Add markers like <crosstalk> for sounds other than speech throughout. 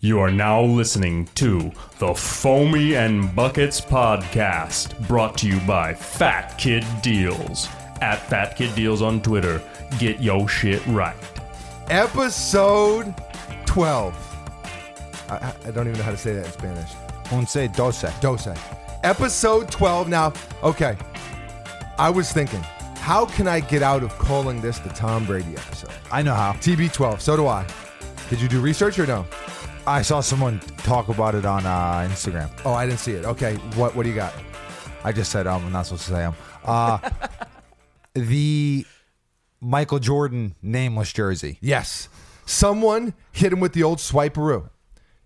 You are now listening to the Foamy and Buckets podcast, brought to you by Fat Kid Deals. At Fat Kid Deals on Twitter, get yo shit right. Episode 12. I- I, I don't even know how to say that in Spanish. Once doce. Dose. Episode 12. Now, okay. I was thinking, how can I get out of calling this the Tom Brady episode? I know how. TB12. So do I. Did you do research or no? I saw someone talk about it on uh, Instagram. Oh, I didn't see it. Okay. What What do you got? I just said um, I'm not supposed to say um. Uh, the Michael Jordan nameless jersey. Yes. Someone hit him with the old swiperoo.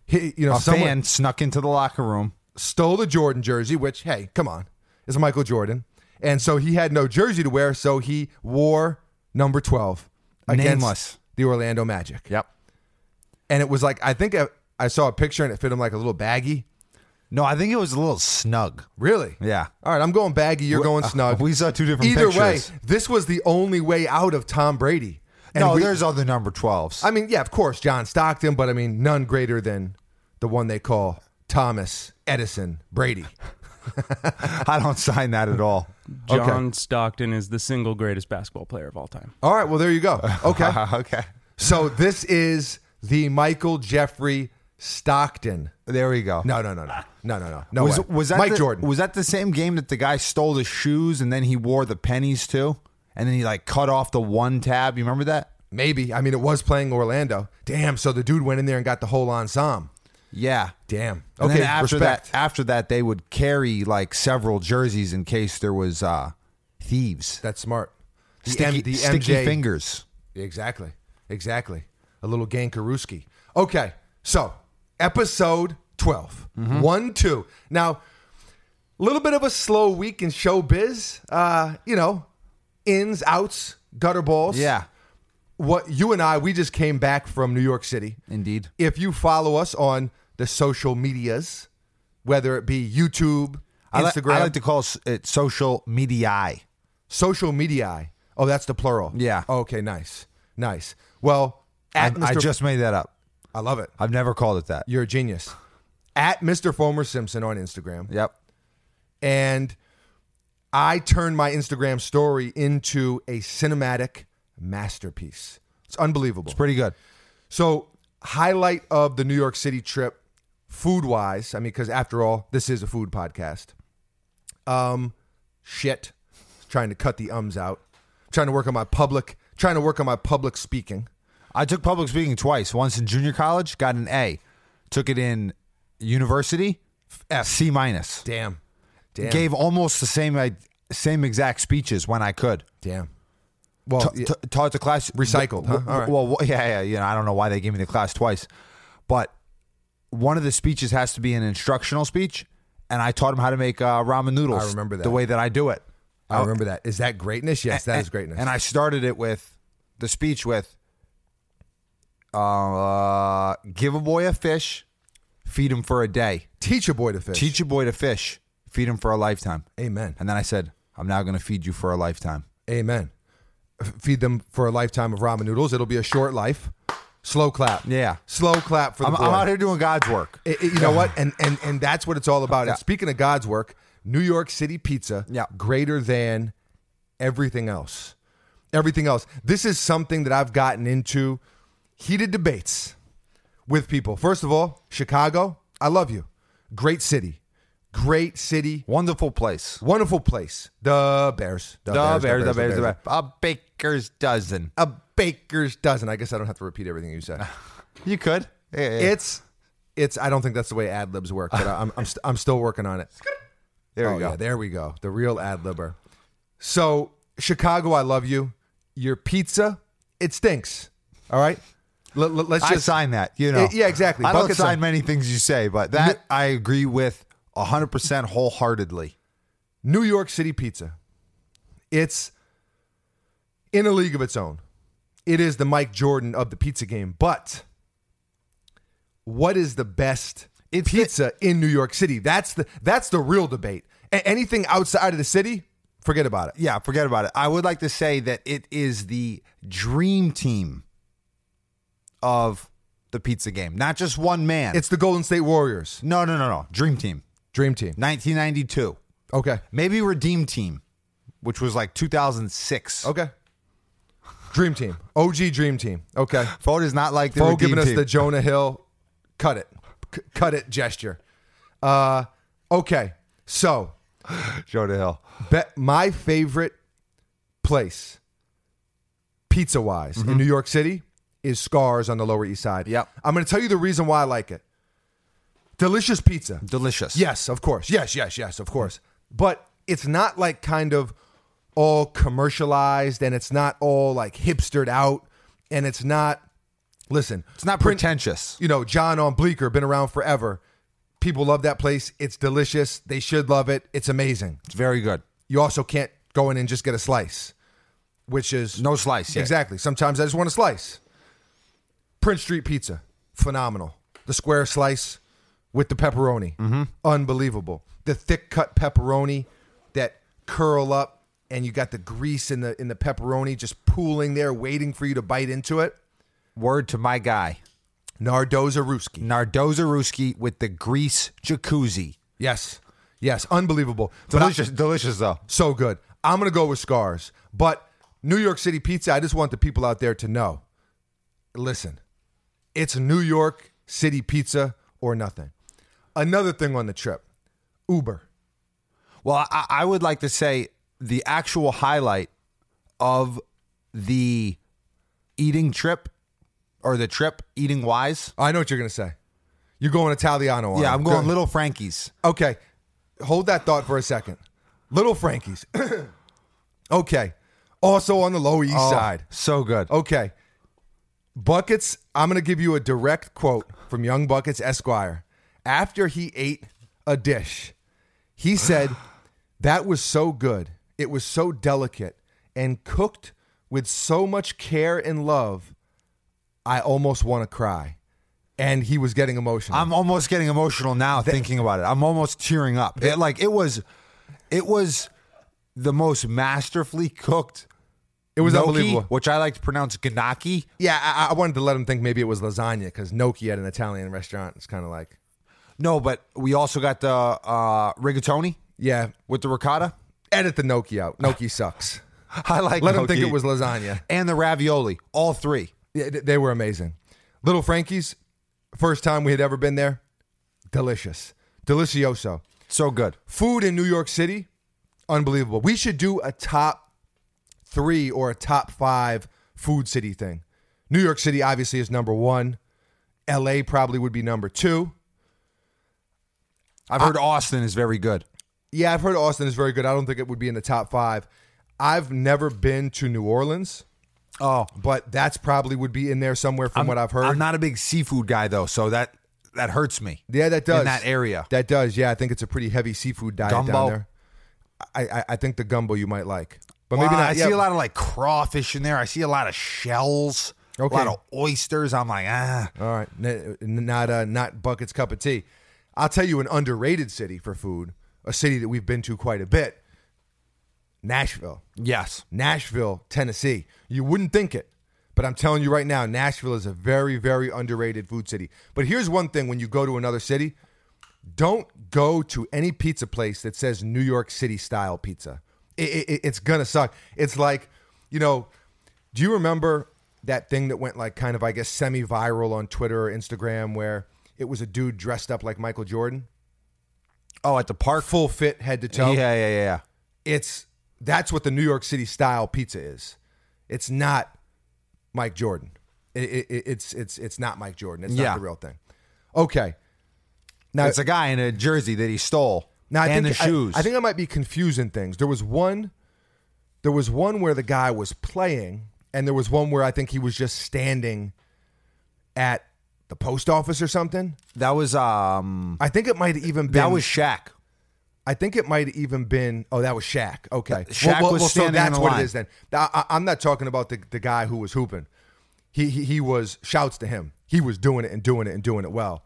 He, you know, A someone fan snuck into the locker room. stole the Jordan jersey, which, hey, come on, is Michael Jordan. And so he had no jersey to wear, so he wore number 12 against Nameless. the Orlando Magic. Yep. And it was like, I think I, I saw a picture and it fit him like a little baggy. No, I think it was a little snug. Really? Yeah. All right, I'm going baggy, you're going snug. uh, We saw two different Either pictures. way, this was the only way out of Tom Brady. And no, we- there's other number 12s. I mean, yeah, of course, John Stockton, but I mean, none greater than the one they call Thomas Edison Brady. I don't sign that <laughs> at all. John Stockton is the single greatest basketball player of all time. All right, well, there you go. Uh, Okay. <laughs> okay. So this is the Michael Jeffrey Stockton. There we go. No, no, no, no, no, no, no. No was, way. was that Mike the- Jordan? Was that the same game that the guy stole the shoes and then he wore the pennies too? And then he like cut off the one tab. You remember that? Maybe. I mean, it was playing Orlando. Damn. So the dude went in there and got the whole ensemble. Yeah. Damn. And Okay. then after respect. that, after that, they would carry like several jerseys in case there was uh, thieves. That's smart. The sticky, M- the sticky MJ fingers. Exactly. Exactly. A little Gankaruski. Okay. So episode 12 Mm-hmm. one two. Now, a little bit of a slow week in showbiz. Uh, you know, ins, outs, gutter balls. Yeah, what you and I we just came back from New York City. indeed. If you follow us on the social medias, whether it be YouTube, I, li- Instagram, I like to call s- it social media. social media. Oh, that's the plural. Yeah. Okay. Nice. Nice. Well, I, at Mr. I just made that up. I love it. I've never called it that. You're a genius. At Mr. Fomer Simpson on Instagram, Yep. and I turned my Instagram story into a cinematic masterpiece. It's unbelievable. Pretty good. So, highlight of the New York City trip, food wise. I mean, because after all, this is a food podcast. Um, shit, trying to cut the ums out. Trying to work on my public. Trying to work on my public speaking. I took public speaking twice. Once in junior college, got an A. Took it in university, F. C minus. Damn, damn, Gave almost the same i- same exact speeches when I could. damn. Well, Ta- ta- taught the class Recycled, huh? Oh, w- All right. Well, w- yeah, yeah. You know, I don't know why they gave me the class twice, but one of the speeches has to be an instructional speech, and I taught them how to make uh, ramen noodles. I remember that. the way that I do it. I remember that. Is that greatness? Yes, that and, is greatness. And I started it with the speech with, uh, "Give a boy a fish, feed him for a day. teach a boy to fish. Teach a boy to fish, feed him for a lifetime." Amen. And then I said, "I'm now going to feed you for a lifetime." Amen. Feed them for a lifetime of ramen noodles. It'll be a short life. Slow clap. Yeah. Slow clap for the I'm, boy. I'm out here doing God's work. It- it- you know what? And and and that's what it's all about. Yeah. And speaking of God's work, New York City pizza, Yeah. greater than everything else. Everything else. This is something that I've gotten into heated debates with people. First of all, Chicago, I love you. Great city. Great city. Wonderful place. Wonderful place. The Bears. The bear, the bear, the bear. A baker's dozen. A baker's dozen. I guess I don't have to repeat everything you <laughs> said. You could. It, It's it's I don't think that's the way ad libs work, <laughs> but I'm I'm, st- I'm still working on it. there oh, we go. Yeah, there we go. The real ad libber. So, Chicago, I love you. Your pizza, it stinks. All right. L- l- let's I just. sign that. You know. Yeah, yeah, exactly. I don't Buckets sign of- many things you say, but that I agree with hundred percent wholeheartedly. New York City pizza. It's in a league of its own. It is the Mike Jordan of the pizza game. But what is the best It's the- pizza in New York City? That's the that's the real debate. A- anything outside of the city, forget about it. Yeah, forget about it. I would like to say that it is the dream team of the pizza game, not just one man. It's the Golden State Warriors no, no, no, no. Dream Team, dream team. 1992. Okay. Maybe Redeem Team, which was like 2006. Okay. Dream team. OG dream team. Okay. Fode is not like the Bo Redeem giving us Team. the Jonah Hill cut it. C- cut it gesture. Uh okay. So, Jonah Hill. bet my favorite place pizza wise in New York City is Scars on the Lower East Side. Yep. I'm going to tell you the reason why I like it. Delicious pizza. Delicious. Yes, of course. Yes, yes, yes, of course. But it's not like kind of all commercialized and it's not all like hipstered out and it's not listen, It's not pretentious. you know, John on Bleecker, been around forever. People love that place. It's delicious. They should love it. It's amazing. It's very good. You also can't go in and just get a slice, which is No slice. Yet. Exactly. Sometimes I just want a slice. Prince Street Pizza, phenomenal. The square slice with the pepperoni, unbelievable. The thick cut pepperoni that curl up, and you got the grease in the in the pepperoni just pooling there, waiting for you to bite into it. Word to my guy, Nardoza Ruski. Nardoza Ruski with the grease jacuzzi. Yes, yes, unbelievable. But I- Delicious. delicious though. so good. I'm gonna go with scars, but New York City pizza. I just want the people out there to know. Listen, it's New York City pizza or nothing. Another thing on the trip, Uber. Well, I, I would like to say the actual highlight of the eating trip or the trip eating wise. I know what you're gonna say. You're going Italiano. on Yeah, it. I'm going Good. Little Frankie's. Okay, hold that thought for a second. Little Frankie's. <clears throat> okay, also on the Lower East Oh. Side. So good. Okay. Buckets, I'm going to give you a direct quote from Young Buckets Esquire. After he ate a dish, he said, That was so good. It was so delicate and cooked with so much care and love. I almost want to cry. And he was getting emotional. I'm almost getting emotional now thinking about it. I'm almost tearing up. It, like it was, it was the most masterfully cooked. it was gnocchi, unbelievable. which I like to pronounce gnocchi. Yeah, I, I wanted to let him think maybe it was lasagna because Noki at an Italian restaurant is kind of like, No, but we also got the uh, rigatoni yeah, with the ricotta. <laughs> edit the Noki out. Noki sucks. I like. Let him think gnocchi. it was lasagna. and the ravioli. All three. Yeah, th- they were amazing. Little Frankie's, first time we had ever been there, delicious, delicioso. So good. Food in New York City, unbelievable. We should do a top three or a top five food city thing. New York City obviously is number one. L.A. probably would be number two. I've heard Austin is very good. Yeah, I've heard Austin is very good. I don't think it would be in the top five. I've never been to New Orleans, Oh, but that's probably would be in there somewhere from what I've heard. I'm not a big seafood guy though, so that that hurts me. Yeah, that does in that area. That does. Yeah, I think it's a pretty heavy seafood diet down Gumbo. there. I, I I think the gumbo you might like, but maybe Wow, not. I yeah. see a lot of like crawfish in there. I see a lot of shells. Okay. A lot of oysters. I'm like, ah. All right, N- n- not uh, not buckets cup of tea. I'll tell you an underrated city for food, a city that we've been to quite a bit. Nashville, Yes. Nashville, Tennessee. You wouldn't think it, but I'm telling you right now, Nashville is a very very underrated food city. But here's one thing: when you go to another city, don't go to any pizza place that says New York City style pizza. I- I- I- it's gonna suck. It's like, you know, do you remember that thing that went like kind of I guess semi viral on Twitter or Instagram where it was a dude dressed up like Michael Jordan, Oh, at the park. full fit head to toe. Yeah, yeah, yeah, yeah. It's that's what the New York City style pizza is. It's not Mike Jordan. I- I- I- it's it's it's not Mike Jordan. It's Yeah. not the real thing. Okay. Now it's a guy in a jersey that he stole. Now, I and think the shoes. I, I think I might be confusing things. There was one, there was one where the guy was playing, and there was one where I think he was just standing at the post office or something. that was um I think it might have even been. that was Shaq. I think it might have even been. Oh, that was Shaq. Okay, Shaq was standing So in that's the what line. it is then. I, I, am not talking about the, the guy who was hooping. He, he he was shouts to him. He was doing it and doing it and doing it well.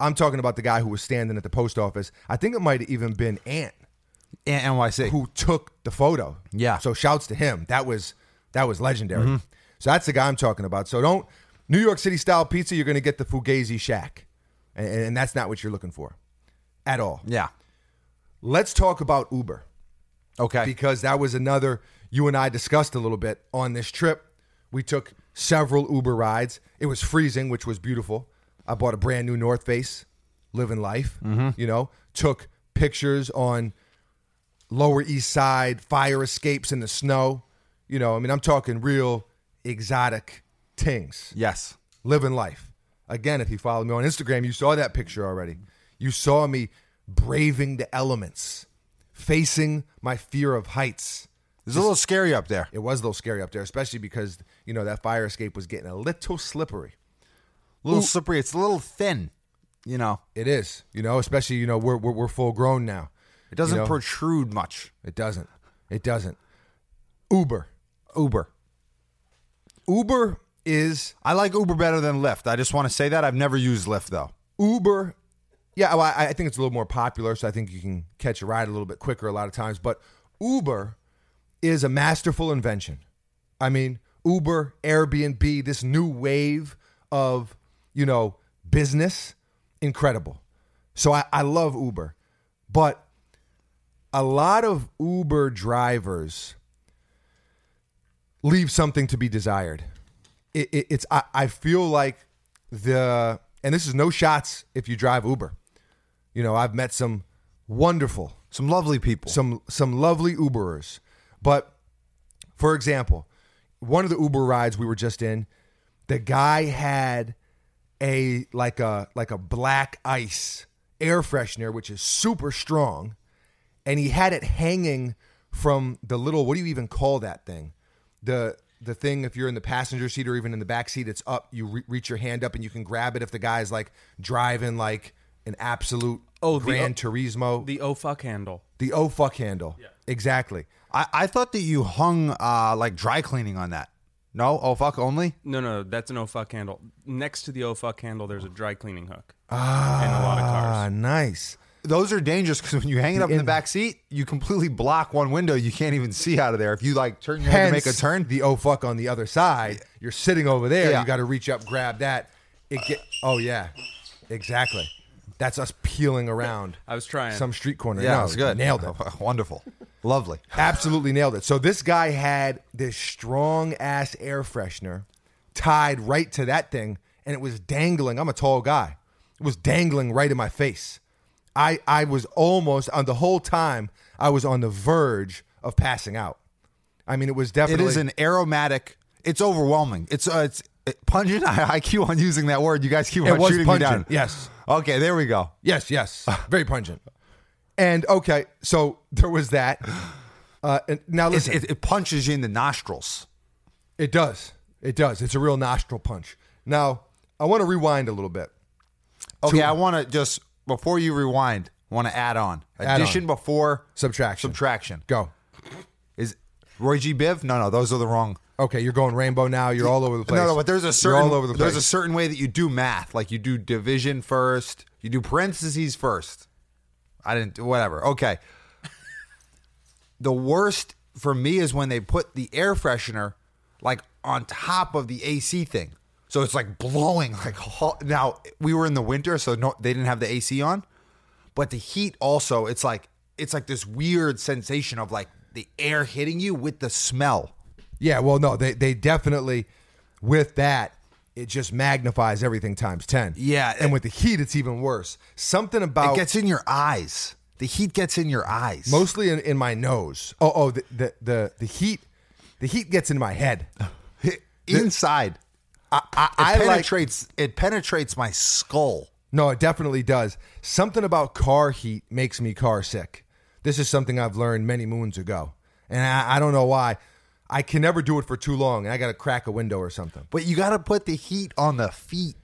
I'm talking about the guy who was standing at the post office. I think it might have even been Ant. in NYC. who took the photo. Yeah. Mm-hmm. So shouts to him. That was that was legendary. So that's the guy I'm talking about. So don't New York City style pizza, you're going to get the Fugazi Shack. And, and that's not what you're looking for at all. Yeah. Let's talk about Uber Okay. because that was another you and I discussed a little bit on this trip. We took several Uber rides. It was freezing, which was beautiful. I bought a brand new North Face, living life. You know, took pictures on Lower East Side fire escapes in the snow. You know, I mean, I'm talking real exotic things yes. living life. Again, if you follow me on Instagram, you saw that picture already. You saw me braving the elements, facing my fear of heights. It's a little scary up there. It was a little scary up there, especially because, you know, that fire escape was getting a little slippery. A little slippery. It's a little thin. You know, It is, you know, especially, you know, we're, we're, we're full grown now. it doesn't know- protrude much. It doesn't. It doesn't. Uber. Uber. Uber is I like Uber better than Lyft. I just want to say that. I've never used Lyft though. Uber, yeah, well, I, I think it's a little more popular, so I think you can catch a ride a little bit quicker a lot of times. But Uber is a masterful invention. I mean, Uber, Airbnb, this new wave of you know business, incredible. So I, I love Uber, but a lot of Uber drivers leave something to be desired. It, it, it's I, I feel like the and this is no shots if you drive Uber. You know, I've met some wonderful, Some lovely people. some some lovely Uberers. But for example, one of the Uber rides we were just in, the guy had a like a like a black ice air freshener which is super strong and he had it hanging from the little what do you even call that thing the the thing if you're in the passenger seat or even in the back seat it's up you re- reach your hand up and you can grab it if the guy's like driving like an absolute Oh, the- Gran Turismo the, The oh fuck handle. oh fuck handle exactly I, I thought that you hung uh, like dry cleaning on that. No, oh fuck only. No, no, that's an oh fuck handle. Next to the oh fuck handle, there's a dry cleaning hook. Ah. And a lot of cars. ah nice Those are dangerous because when you hang it up in the back seat, you completely block one window. You can't even see out of there. If you like turn your head to make a Hence, turn, the oh fuck on the other side you're sitting over there Yeah. you got to reach up grab that it get oh yeah exactly that's us peeling around I was trying. some street corner yeah, No, it's good. nailed it <laughs> Wonderful, lovely. Absolutely nailed it. So this guy had this strong ass air freshener tied right to that thing, and it was dangling. I'm a tall guy. It was dangling right in my face. I I was almost on the whole time. I was on the verge of passing out. I mean, it was It definitely is an aromatic. It's overwhelming. It's uh, it's it, pungent. I, <laughs> I keep on using that word. You guys keep It on was shooting me down. Ah. pungent, yes. Okay, there we go. Yes, yes. Very pungent. And okay, so <laughs> there was that. Uh, and now It's, listen, it, it punches you in the nostrils. It does. It does. It's a real nostril punch. Now, I want to rewind a little bit. Okay, I want to just before you rewind, want to add on Add addition before Subtraction. subtraction. Go. Is Roy G. Biv? No, no, those are the wrong. Okay, you're going rainbow now. You're all over the place. No, no, but there's a You're certain all over the there's place. a certain way that you do math. Like you do division first, you do parentheses first. I didn't whatever. Okay. <laughs> the worst for me is when they put the air freshener like on top of the AC thing. So it's like blowing like ho- now we were in the winter so no they didn't have the AC on. But the heat also it's like it's like this weird sensation of like the air hitting you with the smell. yeah, well, no, they they definitely with that it just magnifies everything times ten. Yeah, and it- with the heat, it's even worse. Something about It gets in your eyes. The heat gets in your eyes. mostly in, in my nose. Oh, oh, the, the the the heat, the heat gets in my <laughs> head. inside. I, I, I like- penetrates. it penetrates my skull. No, it definitely does. Something about car heat makes me car sick. This is something I've learned many moons ago. And I, I don't know why. I can never do it for too long. And I got to crack a window or something. But you got to put the heat on the feet.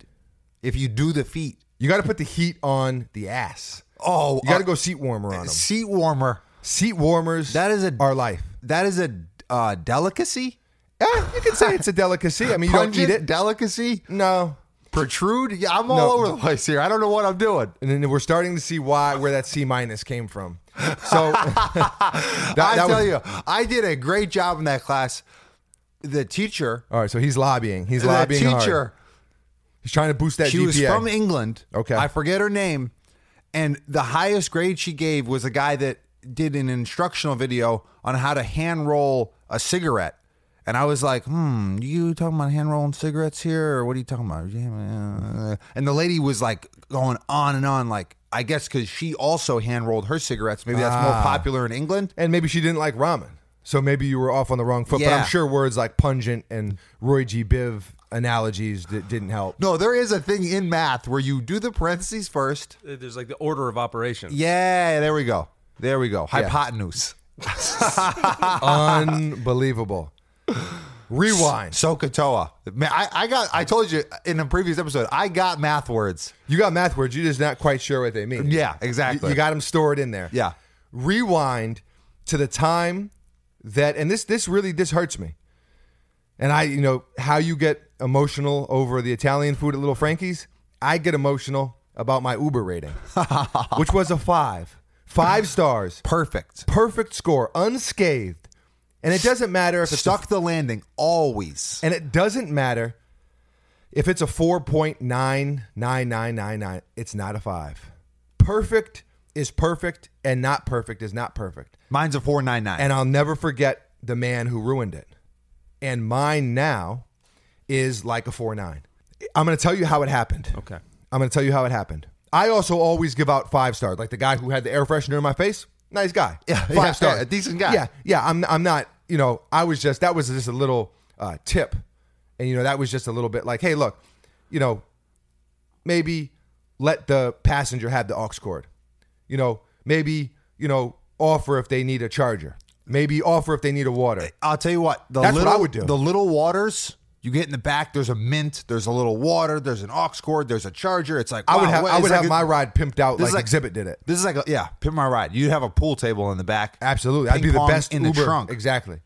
If you do the feet, You got to put the heat on the ass. oh, You got to uh, go seat warmer on them. Seat warmer. Seat warmers That is a our <laughs> life. That is a uh, delicacy. Yeah, you can say it's a delicacy. I mean, you don't eat Pungent it. Delicacy. No. Protrude. Yeah, I'm all No. over the place here. I don't know what I'm doing. And then we're starting to see why where that C minus came from. So <laughs> that- I that tell was- you, I did a great job in that class. The teacher All right, so he's lobbying. He's the lobbying hard. teacher He's trying to boost that She GPA. was from England. Okay. I forget her name. And the highest grade she gave was a guy that did an instructional video on how to hand roll a cigarette. And I was like, hmm, you talking about hand rolling cigarettes here? Or what are you talking about? And the lady was like going on and on, like, I guess because she also hand rolled her cigarettes. Maybe that's more popular in England. and maybe she didn't like ramen. So maybe you were off on the wrong foot. But Yeah. I'm sure words like pungent and Roy G. Biv analogies that didn't <laughs> help. No, there is a thing in math where you do the parentheses first. Uh, There's like the order of operations. Yeah, there we go. There we go. Hypotenuse. Unbelievable. Rewind. Sokotoa. Man, I, I got. I told you in a previous episode. I got math words. You got math words. You're just not quite sure what they mean. Yeah, You, exactly. you got them stored in there. Yeah. Rewind to the time that, and this this really this hurts me. And I, you know, how you get emotional over the Italian food at Little Frankie's, I get emotional about my Uber rating, which was a five, five stars. perfect. perfect score, unscathed, and it doesn't matter if it's Stuck the landing always. and it doesn't matter if it's a four point nine nine nine nine nine. It's not a five. Perfect is perfect, and not perfect is not perfect. Mine's a four nine nine. And I'll never forget the man who ruined it. And mine now is like a four nine. I'm going to tell you how it happened. Okay. I'm going to tell you how it happened. I also always give out five stars. Like the guy who had the air freshener in my face, nice guy. Yeah, five yeah, stars, yeah, a decent guy. Yeah, yeah. I'm I'm not. You know, I was just that was just a little uh, tip, and you know that was just a little bit like, hey, look, you know, maybe let the passenger have the aux cord. You know, maybe you know offer if they need a charger. Maybe offer if they need a water. I'll tell you what. The That's what little, I would do. The little waters. You get in the back. There's a mint. There's a little water. There's an aux cord. There's a charger. It's like I would wow, have what- I it's would like have a- my ride pimped out this like, is Exhibit did it. <laughs> This is like a, yeah. Pin my ride. You'd have a pool table in the back. Absolutely, I'd Ping be the pong best in Uber. the trunk. Exactly.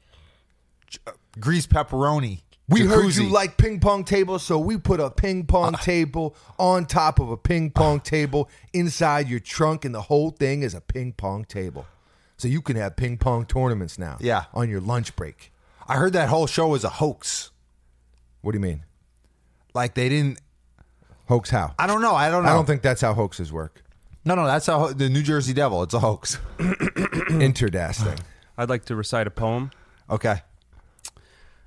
Grease pepperoni. We heard you jacuzzi. Uh, like ping pong tables, so we put a ping pong table on top of a ping pong table inside your trunk, and the whole thing is a ping pong table. So you can have ping pong tournaments now. Yeah. On your lunch break. I heard that whole show was a hoax. What do you mean? Like they didn't. Hoax how? I don't know. I don't know. I don't think that's how hoaxes work. <clears throat> No, no, that's how the New Jersey Devil. It's a hoax. Interdasting. I'd like to recite a poem. Okay.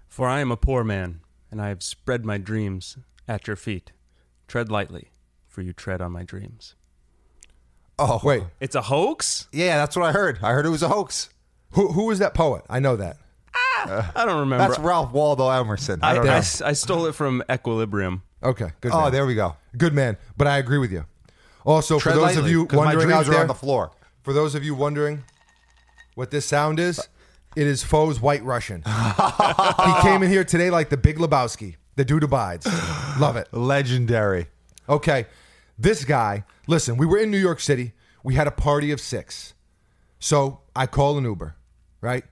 For I am a poor man, and I have spread my dreams at your feet. Tread lightly, for you tread on my dreams. Oh Wait, It's a hoax? yeah, that's what I heard. I heard it was a hoax. who, who was that poet? I know that. I don't remember. That's Ralph Waldo Emerson. I I, don't know. I s- I stole it from Equilibrium. Okay, good Oh, man. there we go. Good man. But I agree with you. Also, Tread for those lightly, of you 'cause my wondering out dreams are there, on the floor. For those of you wondering what this sound is, it is Foe's White Russian. he came in here today like the Big Lebowski. The dude abides. Love it. Legendary. Okay. This guy, listen, we were in New York City. We had a party of six. So I call an Uber, right?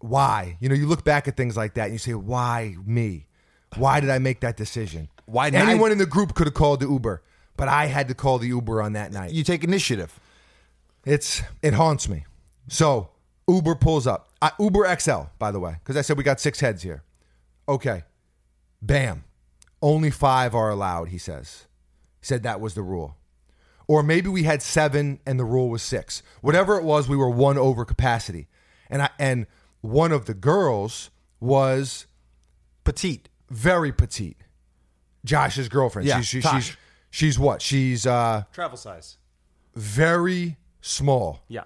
Why? You know, you look back at things like that and you say, why me? Why did I make that decision? Why did I- Anyone in the group could have called the Uber, but I had to call the Uber on that night. You take initiative. It's it haunts me. So Uber pulls up. I, Uber XL, by the way, because I said we got six heads here. Okay, bam. Only five are allowed. He says. He said that was the rule, or maybe we had seven and the rule was six. Whatever it was, we were one over capacity, and I and one of the girls was Petite. very petite. Josh's girlfriend. Yeah, she's, she's, Tosh. she's she's what? She's uh, Travel size. very small. Yeah.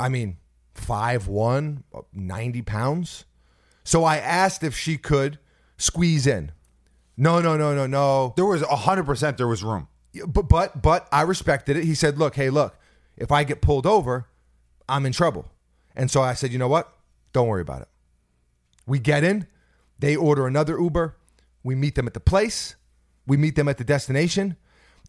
I mean, 5'1, 90 pounds. So I asked if she could squeeze in. No, no, no, no, no. There was 100% there was room. But but but I respected it. He said, "Look, hey, look. If I get pulled over, I'm in trouble." And so I said, "You know what? Don't worry about it." We get in, they order another Uber, we meet them at the place, we meet them at the destination.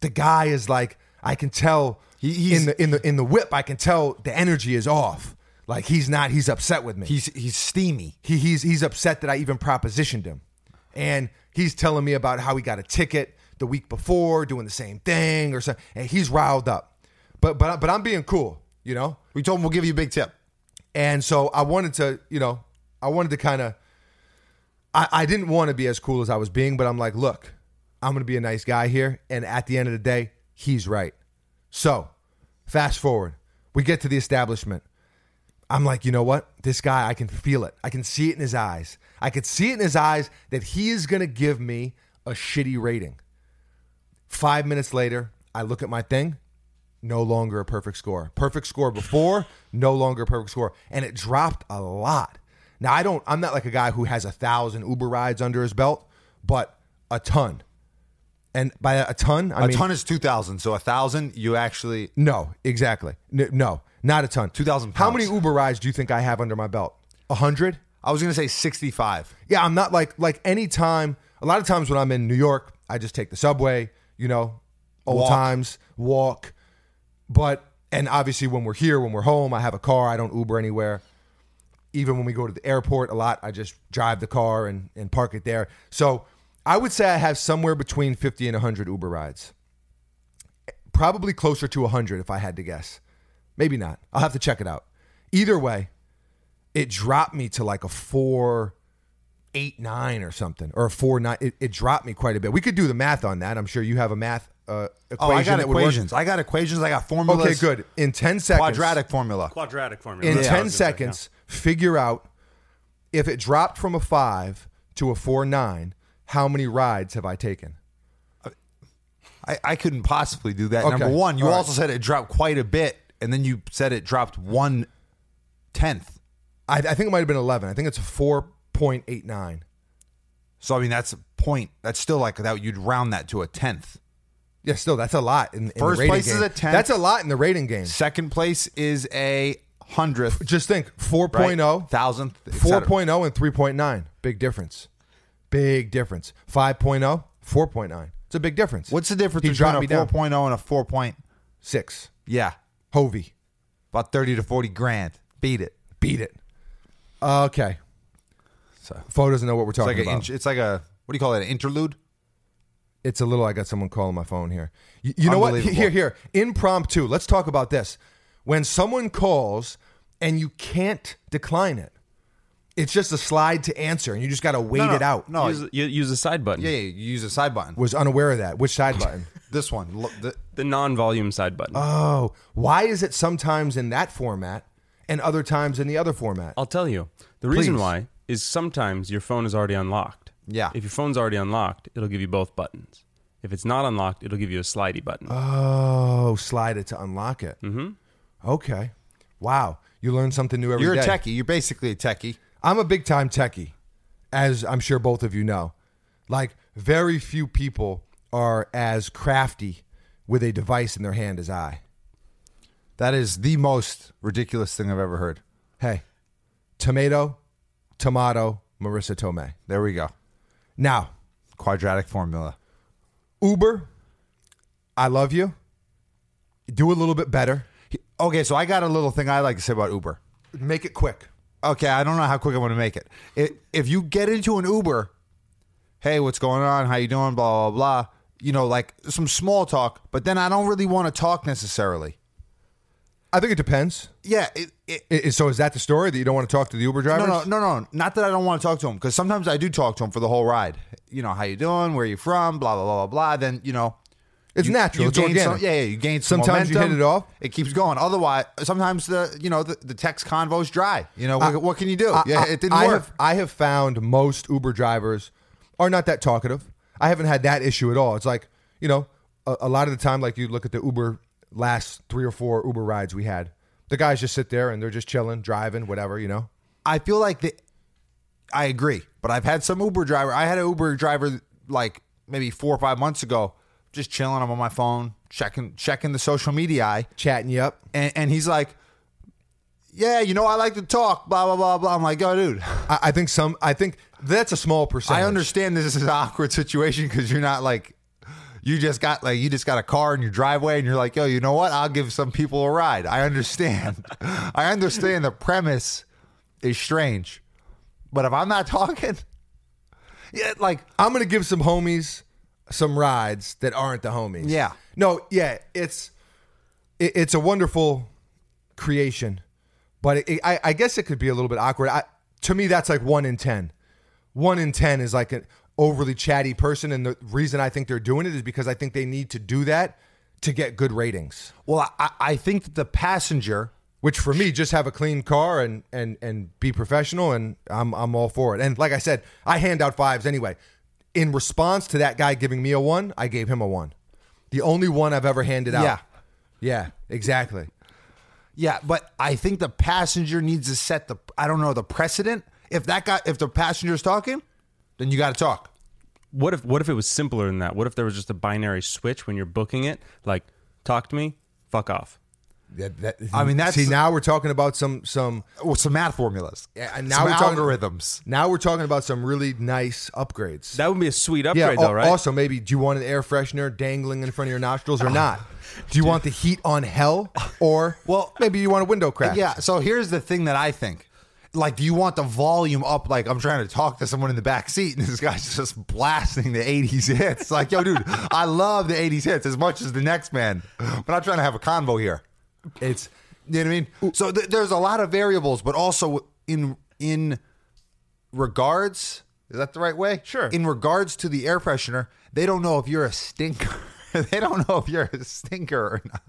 The guy is like, I can tell He- he's- in the in the in the whip, I can tell the energy is off. Like he's not, he's upset with me. He's he's steamy. He, he's he's upset that I even propositioned him, and he's telling me about how he got a ticket the week before doing the same thing or something, and he's riled up. But but but I'm being cool, you know. We told him we'll give you a big tip. And so I wanted to, you know, I wanted to kind of, I, I didn't want to be as cool as I was being, but I'm like, look, I'm going to be a nice guy here. And at the end of the day, he's right. So, fast forward, we get to the establishment. I'm like, you know what? This guy, I can feel it. I can see it in his eyes. I could see it in his eyes that he is going to give me a shitty rating. Five minutes later, I look at my thing, no longer a perfect score. Perfect score before, no longer a perfect score. And it dropped a lot. Now I don't I'm not like a guy who has a thousand Uber rides under his belt, but a ton. And by a ton, I A mean ton is 2,000. So a 1,000, you actually. no, exactly. N- no, not a ton. 2,000 How many pounds. Uber rides do you think I have under my belt? A hundred? I was going to say 65. Yeah, I'm not like like any time. A lot of times when I'm in New York, I just take the subway. You know, old Walk. times walk. But and obviously when we're here, when we're home, I have a car. I don't Uber anywhere. Even when we go to the airport, a lot I just drive the car and and park it there. So I would say I have somewhere between fifty and hundred Uber rides. Probably closer to hundred if I had to guess. Maybe not. I'll have to check it out. Either way, it dropped me to like a four eight nine or something or a four nine. It, it dropped me quite a bit. We could do the math on that. I'm sure you have a math uh, equation. Oh, I got that would work. equations. I got equations. I got formulas. Okay, good. In ten seconds, Quadratic formula. Quadratic formula. In That's what I ten was gonna say, yeah. seconds, figure out if it dropped from a five to a four nine. How many rides have I taken? I, I couldn't possibly do that. Okay. Number one, you All right. also said it dropped quite a bit, and then you said it dropped one tenth. I, I think it might have been eleven. I think it's a four point eight nine. So I mean, that's a point. That's still like that. You'd round that to a tenth. Yeah, still that's a lot. In, in First the rating place is game. a tenth. That's a lot in the rating game. Second place is a hundredth. Just think oh, 4.0, Right? thousandth, et cetera. 4.0 oh, and 3.9. Big difference. Big difference. oh, 5.0, 4.9. It's a big difference. What's the difference He dropped me between down. a 4.0 and a four point? Six. Yeah, Hovey. about thirty to forty grand. Beat it. Beat it. Okay. So Fo doesn't know what we're it's talking like an about. inch, it's like a what do you call it? An interlude. It's a little. I got someone calling my phone here. You, you know what? Unbelievable. Here, here. Impromptu. Let's talk about this. When someone calls and you can't decline it, it's just a slide to answer, and you just got to wait it out. No, Use, you, use the side button. yeah, yeah, you use a side button. Was unaware of that. Which side <laughs> button? This one, look, the, The non-volume side button. Uh, Oh, why is it sometimes in that format and other times in the other format? I'll tell you. The reason Please. why is sometimes your phone is already unlocked. Yeah. If your phone's already unlocked, it'll give you both buttons. If it's not unlocked, it'll give you a slidey button. Oh, slide it to unlock it. Mm-hmm. Okay. Wow. You learn something new every you're a day. techie. You're basically a techie. I'm a big time techie, as I'm sure both of you know. Like, very few people are as crafty with a device in their hand as I. That is the most ridiculous thing I've ever heard. Hey, tomato, tomato, Marissa Tomei. There we go. Now, Quadratic formula. Uber, I love you. Do a little bit better. Okay, so I got a little thing I like to say about Uber. Make it quick. Okay, I don't know how quick I'm going to make it. If, if you get into an Uber, hey, what's going on? How you doing? Blah blah blah. You know, like some small talk, but then I don't really want to talk necessarily. I think it depends. Yeah, it, it, I- I- so is that the story that you don't want to talk to the Uber drivers? no, no, no, no. Not that I don't want to talk to him because sometimes I do talk to him for the whole ride. You know, how you doing? Where you from? Blah blah blah blah blah. Then you know, It's natural. It's gain organic. Some, yeah, yeah, you gain some Sometimes you momentum. hit it off. It keeps going. Otherwise, sometimes the you know the, the text convo's dry. You know, what, what can you do? I- yeah, I- it didn't I work. Have, I have found most Uber drivers are not that talkative. I haven't had that issue at all. It's like you know, a, a lot of the time, like you look at the Uber last three or four Uber rides we had. The guys just sit there and they're just chilling, driving, whatever, you know. I feel like the I agree, but I've had some Uber driver. I had an Uber driver like maybe four or five months ago, just chilling. I'm on my phone, checking checking the social media, eye, Chatting you up. and, and he's like, "Yeah, you know, I like to talk." Blah blah blah blah. I'm like, "Oh, dude, I, I think some. I think that's a small percentage. I understand this is an awkward situation because you're not like." You just got like you just got a car in your driveway, and you're like, "Yo, you know what? I'll give some people a ride." I understand. <laughs> I understand the premise is strange, but if I'm not talking, yeah, like I'm gonna give some homies some rides that aren't the homies. Yeah. No, yeah, it's it, it's a wonderful creation, but it, I, I guess it could be a little bit awkward. I, to me, that's like one in ten. One in ten is like an overly chatty person, and the reason I think they're doing it is because I think they need to do that to get good ratings. Well, I, I think that the passenger Which for me, just have a clean car and and and be professional, and I'm I'm all for it. And like I said, I hand out fives anyway. In response to that guy giving me a one, I gave him a one. The only one I've ever handed out. Yeah. yeah, exactly. Yeah, but I think the passenger needs to set the I don't know the precedent. If that guy, if the passenger's talking, then you got to talk. What if what if it was simpler than that? What if there was just a binary switch when you're booking it? Like, talk to me, fuck off. That, that, I mean, that's- see now we're talking about some some Well, some math formulas. Yeah, and now some we're talking- algorithms. now we're talking about some really nice upgrades. That would be a sweet yeah. upgrade, al- though, right? Also, maybe do you want an air freshener dangling in front of your nostrils or not? Do you want the heat on hell or Well, maybe you want a window crack? Yeah. So here's the thing that I think. Like, do you want the volume up? Like, I'm trying to talk to someone in the back seat, and this guy's <laughs> just blasting the 80s hits. Like, yo, dude, I love the 80s hits as much as the next man, but I'm trying to have a convo here. it's You know what I mean? So th- there's a lot of variables, but also in in regards is that the right way? Sure. In regards to the air freshener, they don't know if you're a stinker. <laughs> they don't know if you're a stinker or not.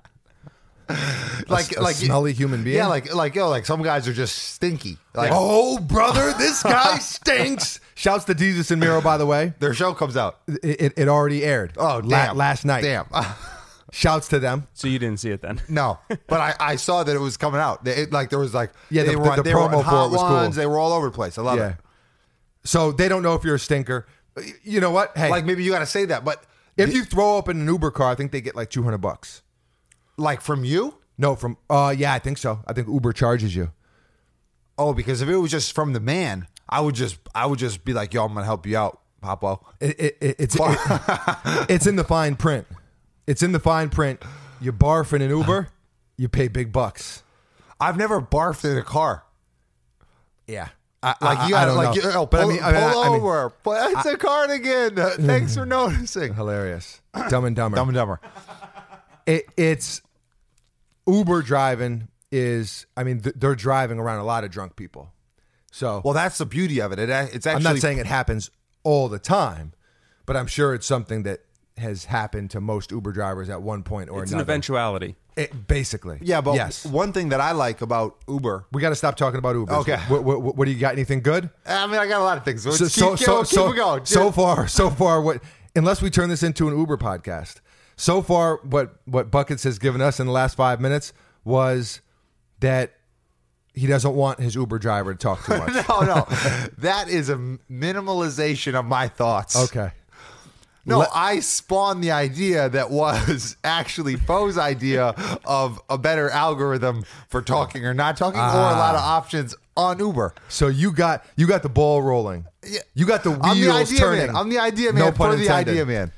Like a like smelly human being? Yeah, like like yo, like some guys are just stinky. Like oh brother, this <laughs> guy stinks. <laughs> Shouts to Jesus and Miro, by the way. their show comes out. It, it, it already aired. Oh, la- damn. last night. Damn. <laughs> Shouts to them. so you didn't see it then. no, but I, I saw that it was coming out. It, like there was like Yeah, the- they were the- on- the they were on promo for it Hot was cool. Ones, They were all over the place. I love Yeah. it. So they don't know if you're a stinker. You know what? Hey, Like maybe you got to say that, but if you throw up in an Uber car, I think they get like 200 bucks. like from you. No, from uh yeah, I think so. I think Uber charges you. Oh, because if it was just from the man, I would just I would just be like, yo, I'm gonna help you out, Papo. It, it, it- <laughs> it's it- it's in the fine print. It's in the fine print. You barf in an Uber, you pay big bucks. I've never barfed in a car. Yeah. Like you I gotta don't like know. you- oh, But I pull, mean- I mean, pull I- I mean- over. But it's a cardigan. <laughs> Thanks for noticing. Hilarious. Dumb and dumber. Dumb and dumber. It, it's Uber driving is I mean th- they're driving around a lot of drunk people. So Well, that's the beauty of it. it it's I'm actually not saying it happens all the time, but I'm sure it's something that has happened to most Uber drivers at one point or It's an another. eventuality. It- basically. Yeah, but yes. one thing that I like about Uber. We got to stop talking about Uber. Okay. What, what, what, what do you got? Anything good? I mean, I got a lot of things. So, So, keep, so, keep- so, keep so, it going. so far, so far, what? Unless we turn this into an Uber podcast, so far, what what Buckets has given us in the last five minutes was that he doesn't want his Uber driver to talk <laughs> too much. no, no, that is a minimalization of my thoughts. okay. No, Let- I spawned the idea that was <laughs> actually Poe's idea of a better algorithm for talking or not talking, or a lot of Ah. options on Uber. So you got you got the ball rolling. You got the wheels I'm the idea turning. man. I'm the idea No man pun for the intended. idea man.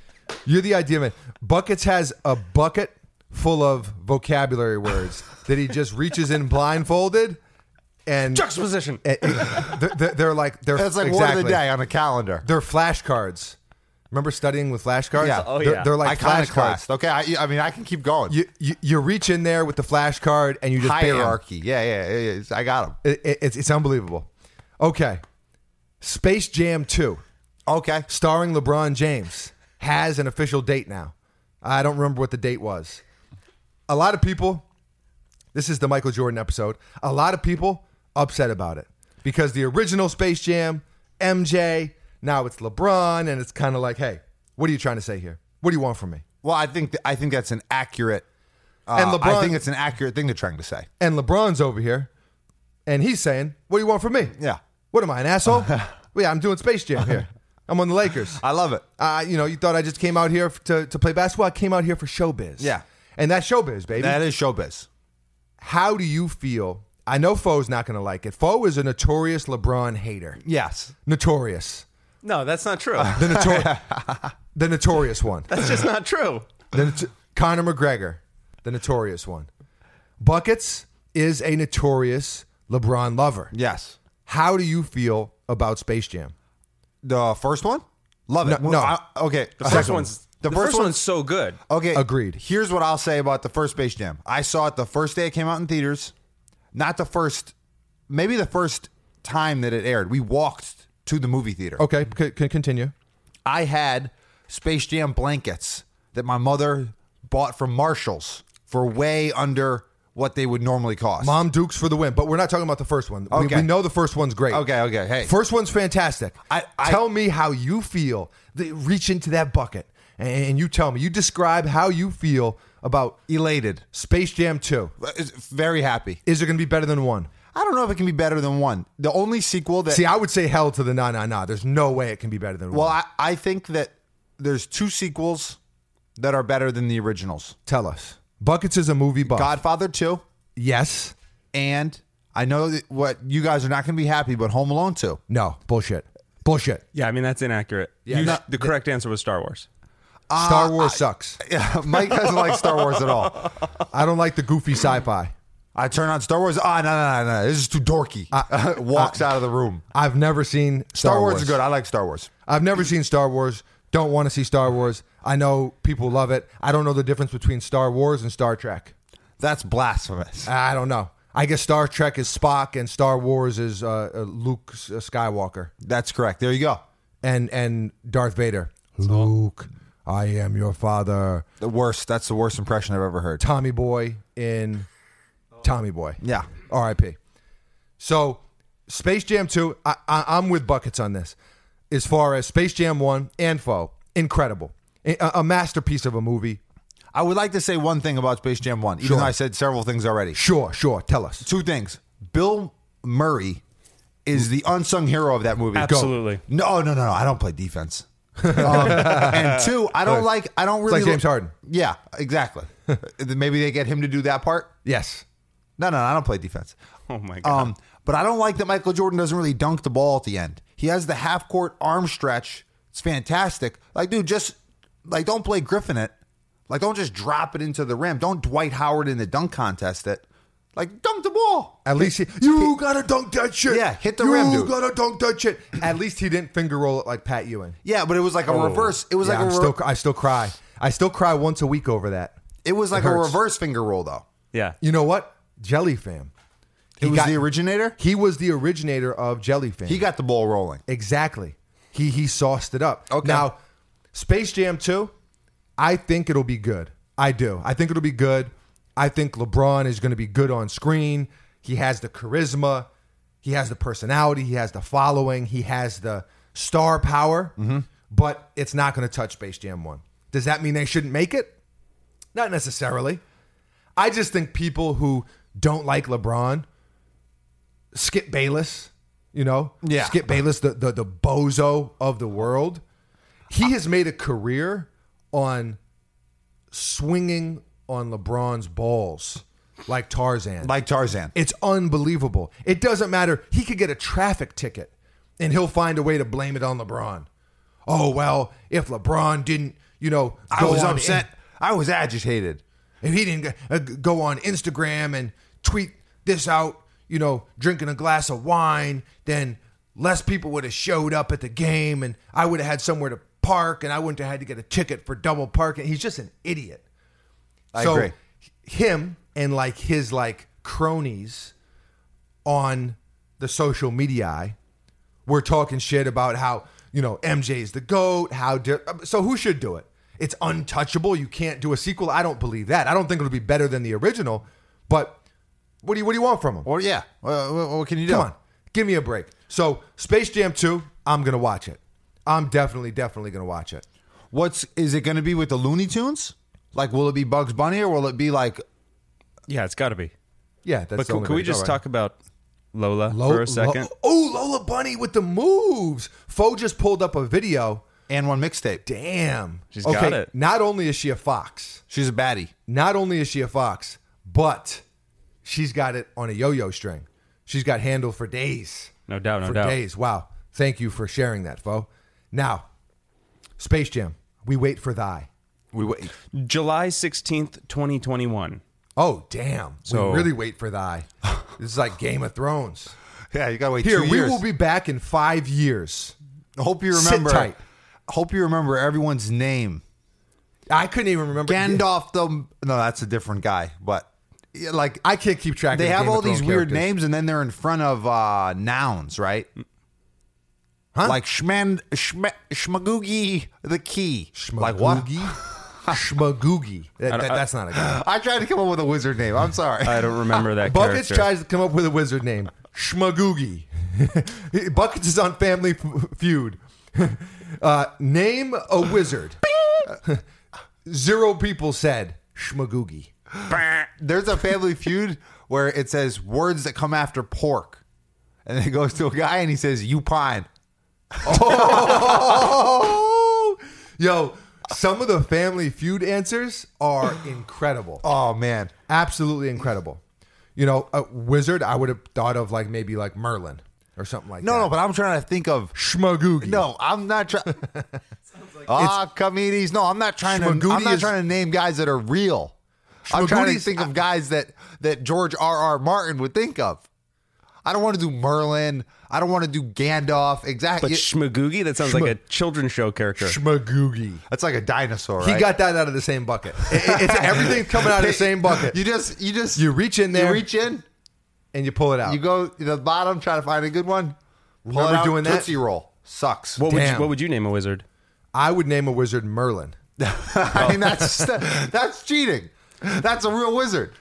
You're the idea man. Buckets has a bucket full of vocabulary words that he just reaches in blindfolded and Juxtaposition. Eh, eh, they're- they're, they're like they're That's like exactly. one of the day on a calendar. They're flashcards. Remember studying with flashcards? Yeah. Oh, they're, yeah. They're like flashcards. Iconoclast. Okay, I, I mean I can keep going. You, you you reach in there with the flashcard and you just bam. Hierarchy. Yeah, yeah, yeah, yeah. I got him. It- it- it's it's unbelievable. Okay, Space Jam Two, Okay. starring LeBron James, has an official date now. I don't remember what the date was. A lot of people. This is the Michael Jordan episode. A lot of people upset about it because the original Space Jam, MJ. Now it's LeBron, and it's kind of like, hey, what are you trying to say here? What do you want from me? Well, I think th- I think that's an accurate. Uh, And LeBron- I think it's an accurate thing they're trying to say. and LeBron's over here, and he's saying, "What do you want from me? Yeah. what am I, an <laughs> asshole? well, yeah, I'm doing Space Jam here. I'm on the Lakers. I love it. Uh, you know, you thought I just came out here f- to to play basketball. I came out here for showbiz. Yeah. and that's showbiz, baby. That is showbiz. How do you feel? I know Foe's not going to like it. Foe is a notorious LeBron hater. Yes. Notorious. No, that's not true. The, <laughs> notor- the notorious one. that's just not true. The not- Conor McGregor, the notorious one. Buckets is a notorious LeBron lover. Yes. How do you feel about Space Jam? The first one? Love it. No, no. I- okay. The first one's The, first, one's, one's so good. okay. Agreed. Here's what I'll say about the first Space Jam. I saw it the first day it came out in theaters. Not the first, maybe the first time that it aired. We walked to the movie theater. Okay, c- c- continue. I had Space Jam blankets that my mother bought from Marshalls for way under what they would normally cost. Mom Dukes for the win, but we're not talking about the first one. We- Okay. We, know the first one's great. Okay, okay, hey. First one's fantastic. I- I- tell me how you feel. The, reach into that bucket and, and you tell me. You describe how you feel about Elated. Space Jam 2. Is- Very happy. Is it going to be better than one? I don't know if it can be better than one. The only sequel that See, I would say hell to the nah, nah, nah. There's no way it can be better than Uh, well, one. I, I think that there's two sequels that are better than the originals. Tell us. Buckets is a movie buff. Godfather 2 Yes. and I know that what you guys are not going to be happy but Home Alone 2. No. Bullshit. Bullshit. Yeah, I mean that's inaccurate. Yeah, You- that- the correct answer was Star Wars. Star Wars <laughs> sucks. Uh, Mike doesn't like Star Wars at all. I don't like the goofy sci-fi. I turn on Star Wars. Ah, no, no, no, no. This is too dorky. <laughs> Walks out of the room. I've never seen Star, Star, Wars. is good. I like Star Wars. I've never seen Star Wars. Don't want to see Star Wars. I know people love it. I don't know the difference between Star Wars and Star Trek. That's blasphemous. I don't know. I guess Star Trek is Spock and Star Wars is uh, uh, Luke S- uh, Skywalker That's correct. There you go. and and Darth Vader. Luke, I am your father. The worst. That's the worst impression I've ever heard. Tommy Boy in Tommy Boy. Yeah. R.I.P. So, Space Jam 2, I, I, I'm with buckets on this. As far as Space Jam 1 and Foe, incredible. A, a masterpiece of a movie. I would like to say one thing about Space Jam 1, even Sure. though I said several things already. Sure, sure. Tell us. Two things. Bill Murray is the unsung hero of that movie. Absolutely. No, no, no, no. I don't play defense. Um, and two, I don't like. I don't really like James Harden. Yeah, exactly. <laughs> Maybe they get him to do that part. Yes. No, no, no, I don't play defense. Oh my god. Um, but I don't like that Michael Jordan doesn't really dunk the ball at the end. He has the half court arm stretch. It's fantastic. Like, dude, just like don't play Griffin it. Like, don't just drop it into the rim. Don't Dwight Howard in the dunk contest it. Like, dunk the ball. At least he, you gotta dunk that shit. Yeah, hit the you rim, dude. gotta dunk that shit. At least he didn't finger roll it like Pat Ewing. Yeah, but it was like a reverse. It was Yeah, like a I'm re- still, I still cry. I still cry once a week over that. it was like a hurts. reverse finger roll though. yeah. You know what? Jelly fam. It was got- the originator. He was the originator of Jelly fam. He got the ball rolling. Exactly. He he sauced it up. Okay. Now, Space Jam 2, I think it'll be good. I do. I think it'll be good. I think LeBron is going to be good on screen. He has the charisma. He has the personality. He has the following. He has the star power. Mm-hmm. But it's not going to touch Space Jam 1. Does that mean they shouldn't make it? Not necessarily. I just think people who don't like LeBron, Skip Bayless, you know, Yeah. Skip Bayless, the, the the bozo of the world, he has made a career on swinging on LeBron's balls like Tarzan. Like Tarzan. It's unbelievable. It doesn't matter. He could get a traffic ticket and he'll find a way to blame it on LeBron. Oh, well, if LeBron didn't, you know, I go was on- upset. I was agitated. if he didn't go- uh, go on Instagram and tweet this out, you know, drinking a glass of wine, then less people would have showed up at the game and I would have had somewhere to park and I wouldn't have had to get a ticket for double parking. He's just an idiot. I so agree. him and like his like cronies on the social media we're talking shit about how you know MJ's the goat. How di- so? Who should do it? It's untouchable. You can't do a sequel. I don't believe that. I don't think it'll be better than the original. But what do you what do you want from them? Or yeah. What, what- what can you do? Come on, give me a break. So Space Jam Two, I'm gonna watch it. I'm definitely definitely gonna watch it. What's is it going to be with the Looney Tunes? Like, will it be Bugs Bunny or will it be like? yeah, it's got to be. Yeah, that's. But the can, only can we way. just All right. talk about Lola Lo- for a second? Lo- oh, Lola Bunny with the moves. Foe just pulled up a video. And one mixtape. Damn, She's got it. Not only is she a fox. She's a baddie. not only is she a fox, but she's got it on a yo-yo string. She's got handle for days. No doubt, no for doubt. days. Wow. Thank you for sharing that, foe. Now, Space Jam. We wait for thy. We wait. July 16th, 2021. Oh, damn. So- we really wait for <laughs> thy. this is like Game of Thrones. Yeah, you gotta wait. Here, two we years. will be back in five years. Hope you Sit remember. tight. Hope you remember everyone's name. I couldn't even remember. Gandalf the. No, that's a different guy. But yeah, like, I can't keep track. they of have Game of all these Thrones weird characters. names, and then they're in front of uh, nouns, right? Like Shman Shma, Shmagoogie the key. Like what? <laughs> Schmagoogie? Schmagoogie. That, that, that's not a guy. I tried to come up with a wizard name. I'm sorry. I don't remember <laughs> that Buckets character. tries to come up with a wizard name. Schmagoogie. <laughs> Buckets is on Family F- Feud. <laughs> Uh, name a wizard. <laughs> Zero people said Schmagoogie. There's a family feud where it says words that come after pork. And then it goes to a guy and he says, You pine. Oh, yo, some of the Family Feud answers <sighs> are incredible. Oh, man. Absolutely incredible. You know, a wizard. I would have thought of like maybe like Merlin or something like No, that. no, but I'm trying to think of. Schmagoogie. No, I'm not <laughs> trying. ah, comedies. No, I'm not trying to. I'm Schmagoody not is- trying to name guys that are real. I'm trying to Schmagoody's- think of guys that that George R. R. Martin would think of. I don't want to do Merlin. I don't want to do Gandalf. Exactly. but Schmagoogie? That sounds like a children's show character. Schmagoogie. That's like a dinosaur. He right? got that out of the same bucket. It- it- it's everything's coming out of the same bucket. You You, just you just reach in there you reach in. and you pull it out. You go to the bottom, try to find a good one. Pull Remember it out, doing that? Tootsie roll sucks. what would you, Damn. what would you name a wizard? I would name a wizard Merlin. <laughs> I mean, that's that's cheating. That's a real <laughs> wizard.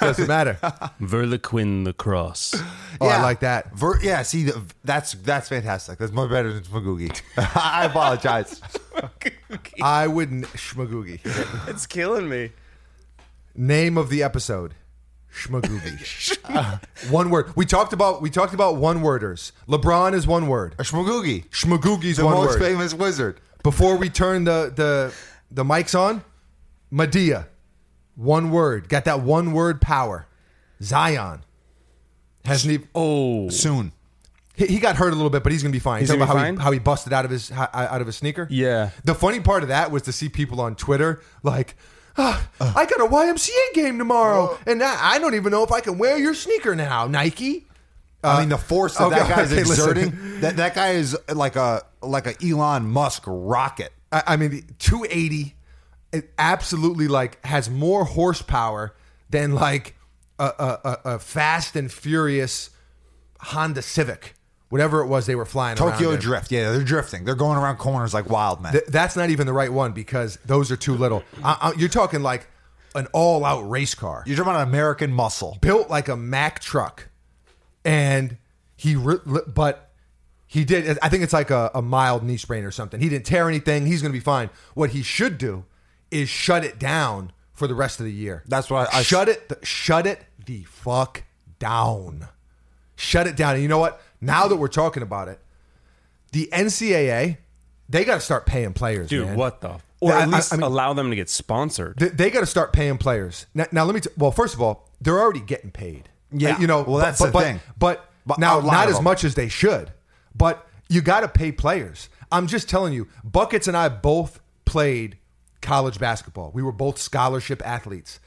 Doesn't matter. Oh, Verlequin the Cross. I like that. Ver- yeah, see, the, that's that's fantastic. That's much better than Smagoogie. <laughs> I <laughs> apologize. I would n- <laughs> Schmagoogie. it's killing me. Name of the episode. <laughs> Schmagoogie. one word. We talked about we talked about one worders. LeBron is one word. Smagoogie, Schmagoogie's the one word. most famous wizard. Before we turn the the the mics on, Medea. One word. Got that one word power. Zion. Hasn't even Oh, Soon. He, he got hurt a little bit, but he's gonna be fine. He's Talking gonna about be how fine? He, how he busted out of his ho- out of his sneaker. Yeah. The funny part of that was to see people on Twitter like, "Ah, "I got a YMCA game tomorrow, and I, I don't even know if I can wear your sneaker now, Nike." I mean, the force that that okay, guy's okay, listen. exerting. That that guy is like a like a Elon Musk rocket. I, I mean, two eighty, it absolutely like has more horsepower than like a, a, a, a fast and furious Honda Civic, whatever it was they were flying. around Tokyo in. drift. Yeah, they're drifting. They're going around corners like wild men. Th- that's not even the right one because those are too little. I, I, you're talking like an all-out race car You're talking about American muscle. built like a Mack truck, and he re- li- but he did. I think it's like a, a mild knee sprain or something. He didn't tear anything. He's going to be fine. What he should do is shut it down for the rest of the year. That's what I- I- shut it. The, shut it the fuck down. Shut it down. And you know what? Now that we're talking about it, the NCAA they got to start paying players, dude, man. what the? Or I- at I- least I mean- allow them to get sponsored. They, got to start paying players now. now let me. T- well, first of all, they're already getting paid. Yeah. you know. Well, but- that's but, the but- thing. But, But now, a lot not of as them. much as they should. But you got to pay players. I'm just telling you. Buckets and I both played college basketball. We were both scholarship athletes.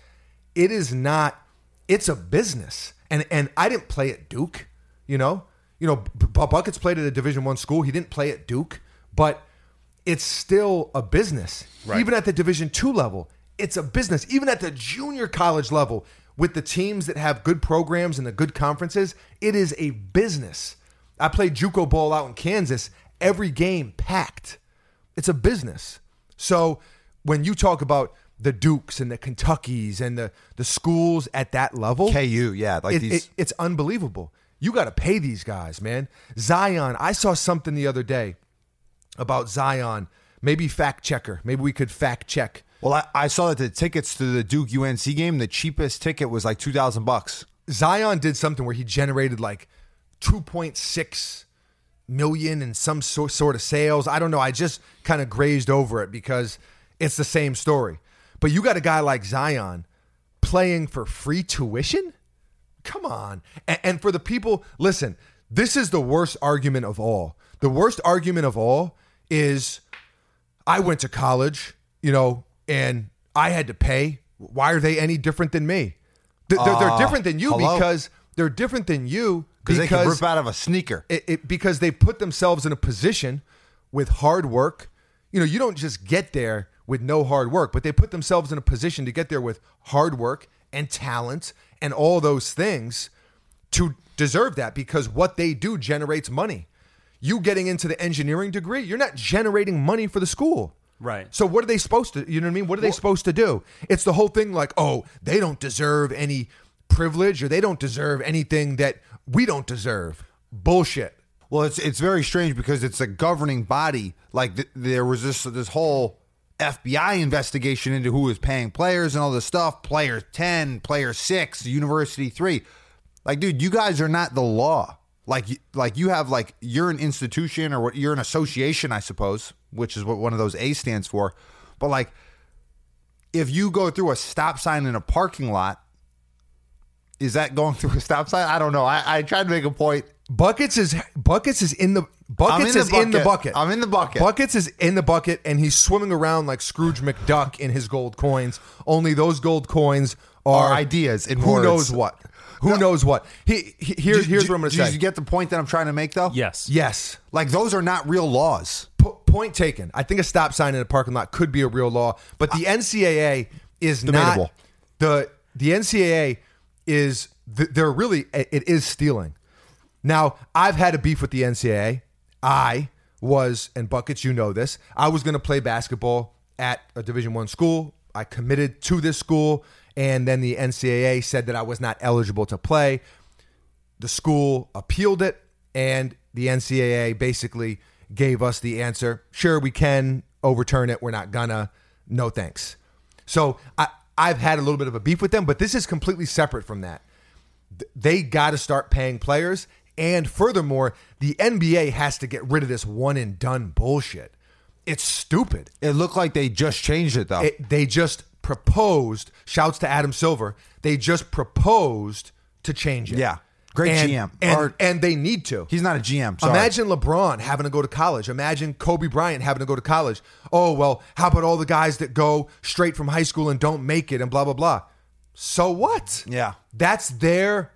It is not. It's a business, and and I didn't play at Duke. You know. You know. B- B- Buckets played at a Division One school. He didn't play at Duke, but it's still a business. Even at the Division two level, it's a business. Even at the junior college level, with the teams that have good programs and the good conferences, it is a business. I played JUCO ball out in Kansas. Every game packed. It's a business. So when you talk about the Dukes and the Kentuckys and the the schools at that level, KU, yeah, like it- these. it- it's unbelievable. You got to pay these guys, man. Zion, I saw something the other day about Zion. Maybe fact checker. Maybe we could fact check. well, I, I saw that the tickets to the Duke UNC game, the cheapest ticket was like two thousand bucks. Zion did something where he generated like 2.6 million in some sor- sort of sales. I don't know. I just kind of grazed over it because it's the same story. But you got a guy like Zion playing for free tuition? Come on. And, and for the people, listen, this is the worst argument of all. The worst argument of all is I went to college, you know, and I had to pay. Why are they any different than me? Th- They're, they're different than you Ah, hello? because they're different than you Because because they can rip out of a sneaker. it, it because they put themselves in a position with hard work. You know, you don't just get there with no hard work, but they put themselves in a position to get there with hard work and talent and all those things to deserve that because what they do generates money. you getting into the engineering degree, you're not generating money for the school. Right. So what are they supposed to? You know what I mean? What are they supposed to do? It's the whole thing like, oh, they don't deserve any privilege, or they don't deserve anything that we don't deserve. Bullshit. Well, it's it's very strange because it's a governing body. Like th- there was this this whole FBI investigation into who was paying players and all this stuff. Player ten, player six, university three. Like, dude, you guys are not the law. Like, y- like you have like you're an institution or what? You're an association, I suppose, which is what one of those A stands for. But like, if you go through a stop sign in a parking lot, is that going <laughs> through a stop sign? I don't know. I, I tried to make a point. Buckets is buckets is in the buckets the is in the bucket. bucket. I'm in the bucket. Buckets is in the bucket, and he's swimming around like Scrooge McDuck in his gold coins. Only those gold coins are Are ideas in who words. knows what. Who knows what? He, he here, Do- here's do- what I'm going do to say. You get the point that I'm trying to make, though. Yes. yes, Like those are not real laws. P- point taken. I think a stop sign in a parking lot could be a real law, but the NCAA is Debatable. not the the NCAA is th- they're really it is stealing. Now I've had a beef with the NCAA. I was and buckets, you know this. I was going to play basketball at a Division one school. I committed to this school, and then the NCAA said that I was not eligible to play the school appealed it, and the NCAA basically gave us the answer: sure, we can overturn it. We're not gonna. No thanks. So I, I've had a little bit of a beef with them, but this is completely separate from that. Th- They got to start paying players, and furthermore, the NBA has to get rid of this one and done bullshit. It's stupid. It looked like they just changed it, though. It, they just proposed. Shouts to Adam Silver. They just proposed to change it. Yeah. Great and, GM. and, Or- and they need to. He's not a GM. Sorry. Imagine LeBron having to go to college. Imagine Kobe Bryant having to go to college. Oh, well, how about all the guys that go straight from high school and don't make it and blah, blah, blah? So what? Yeah. That's their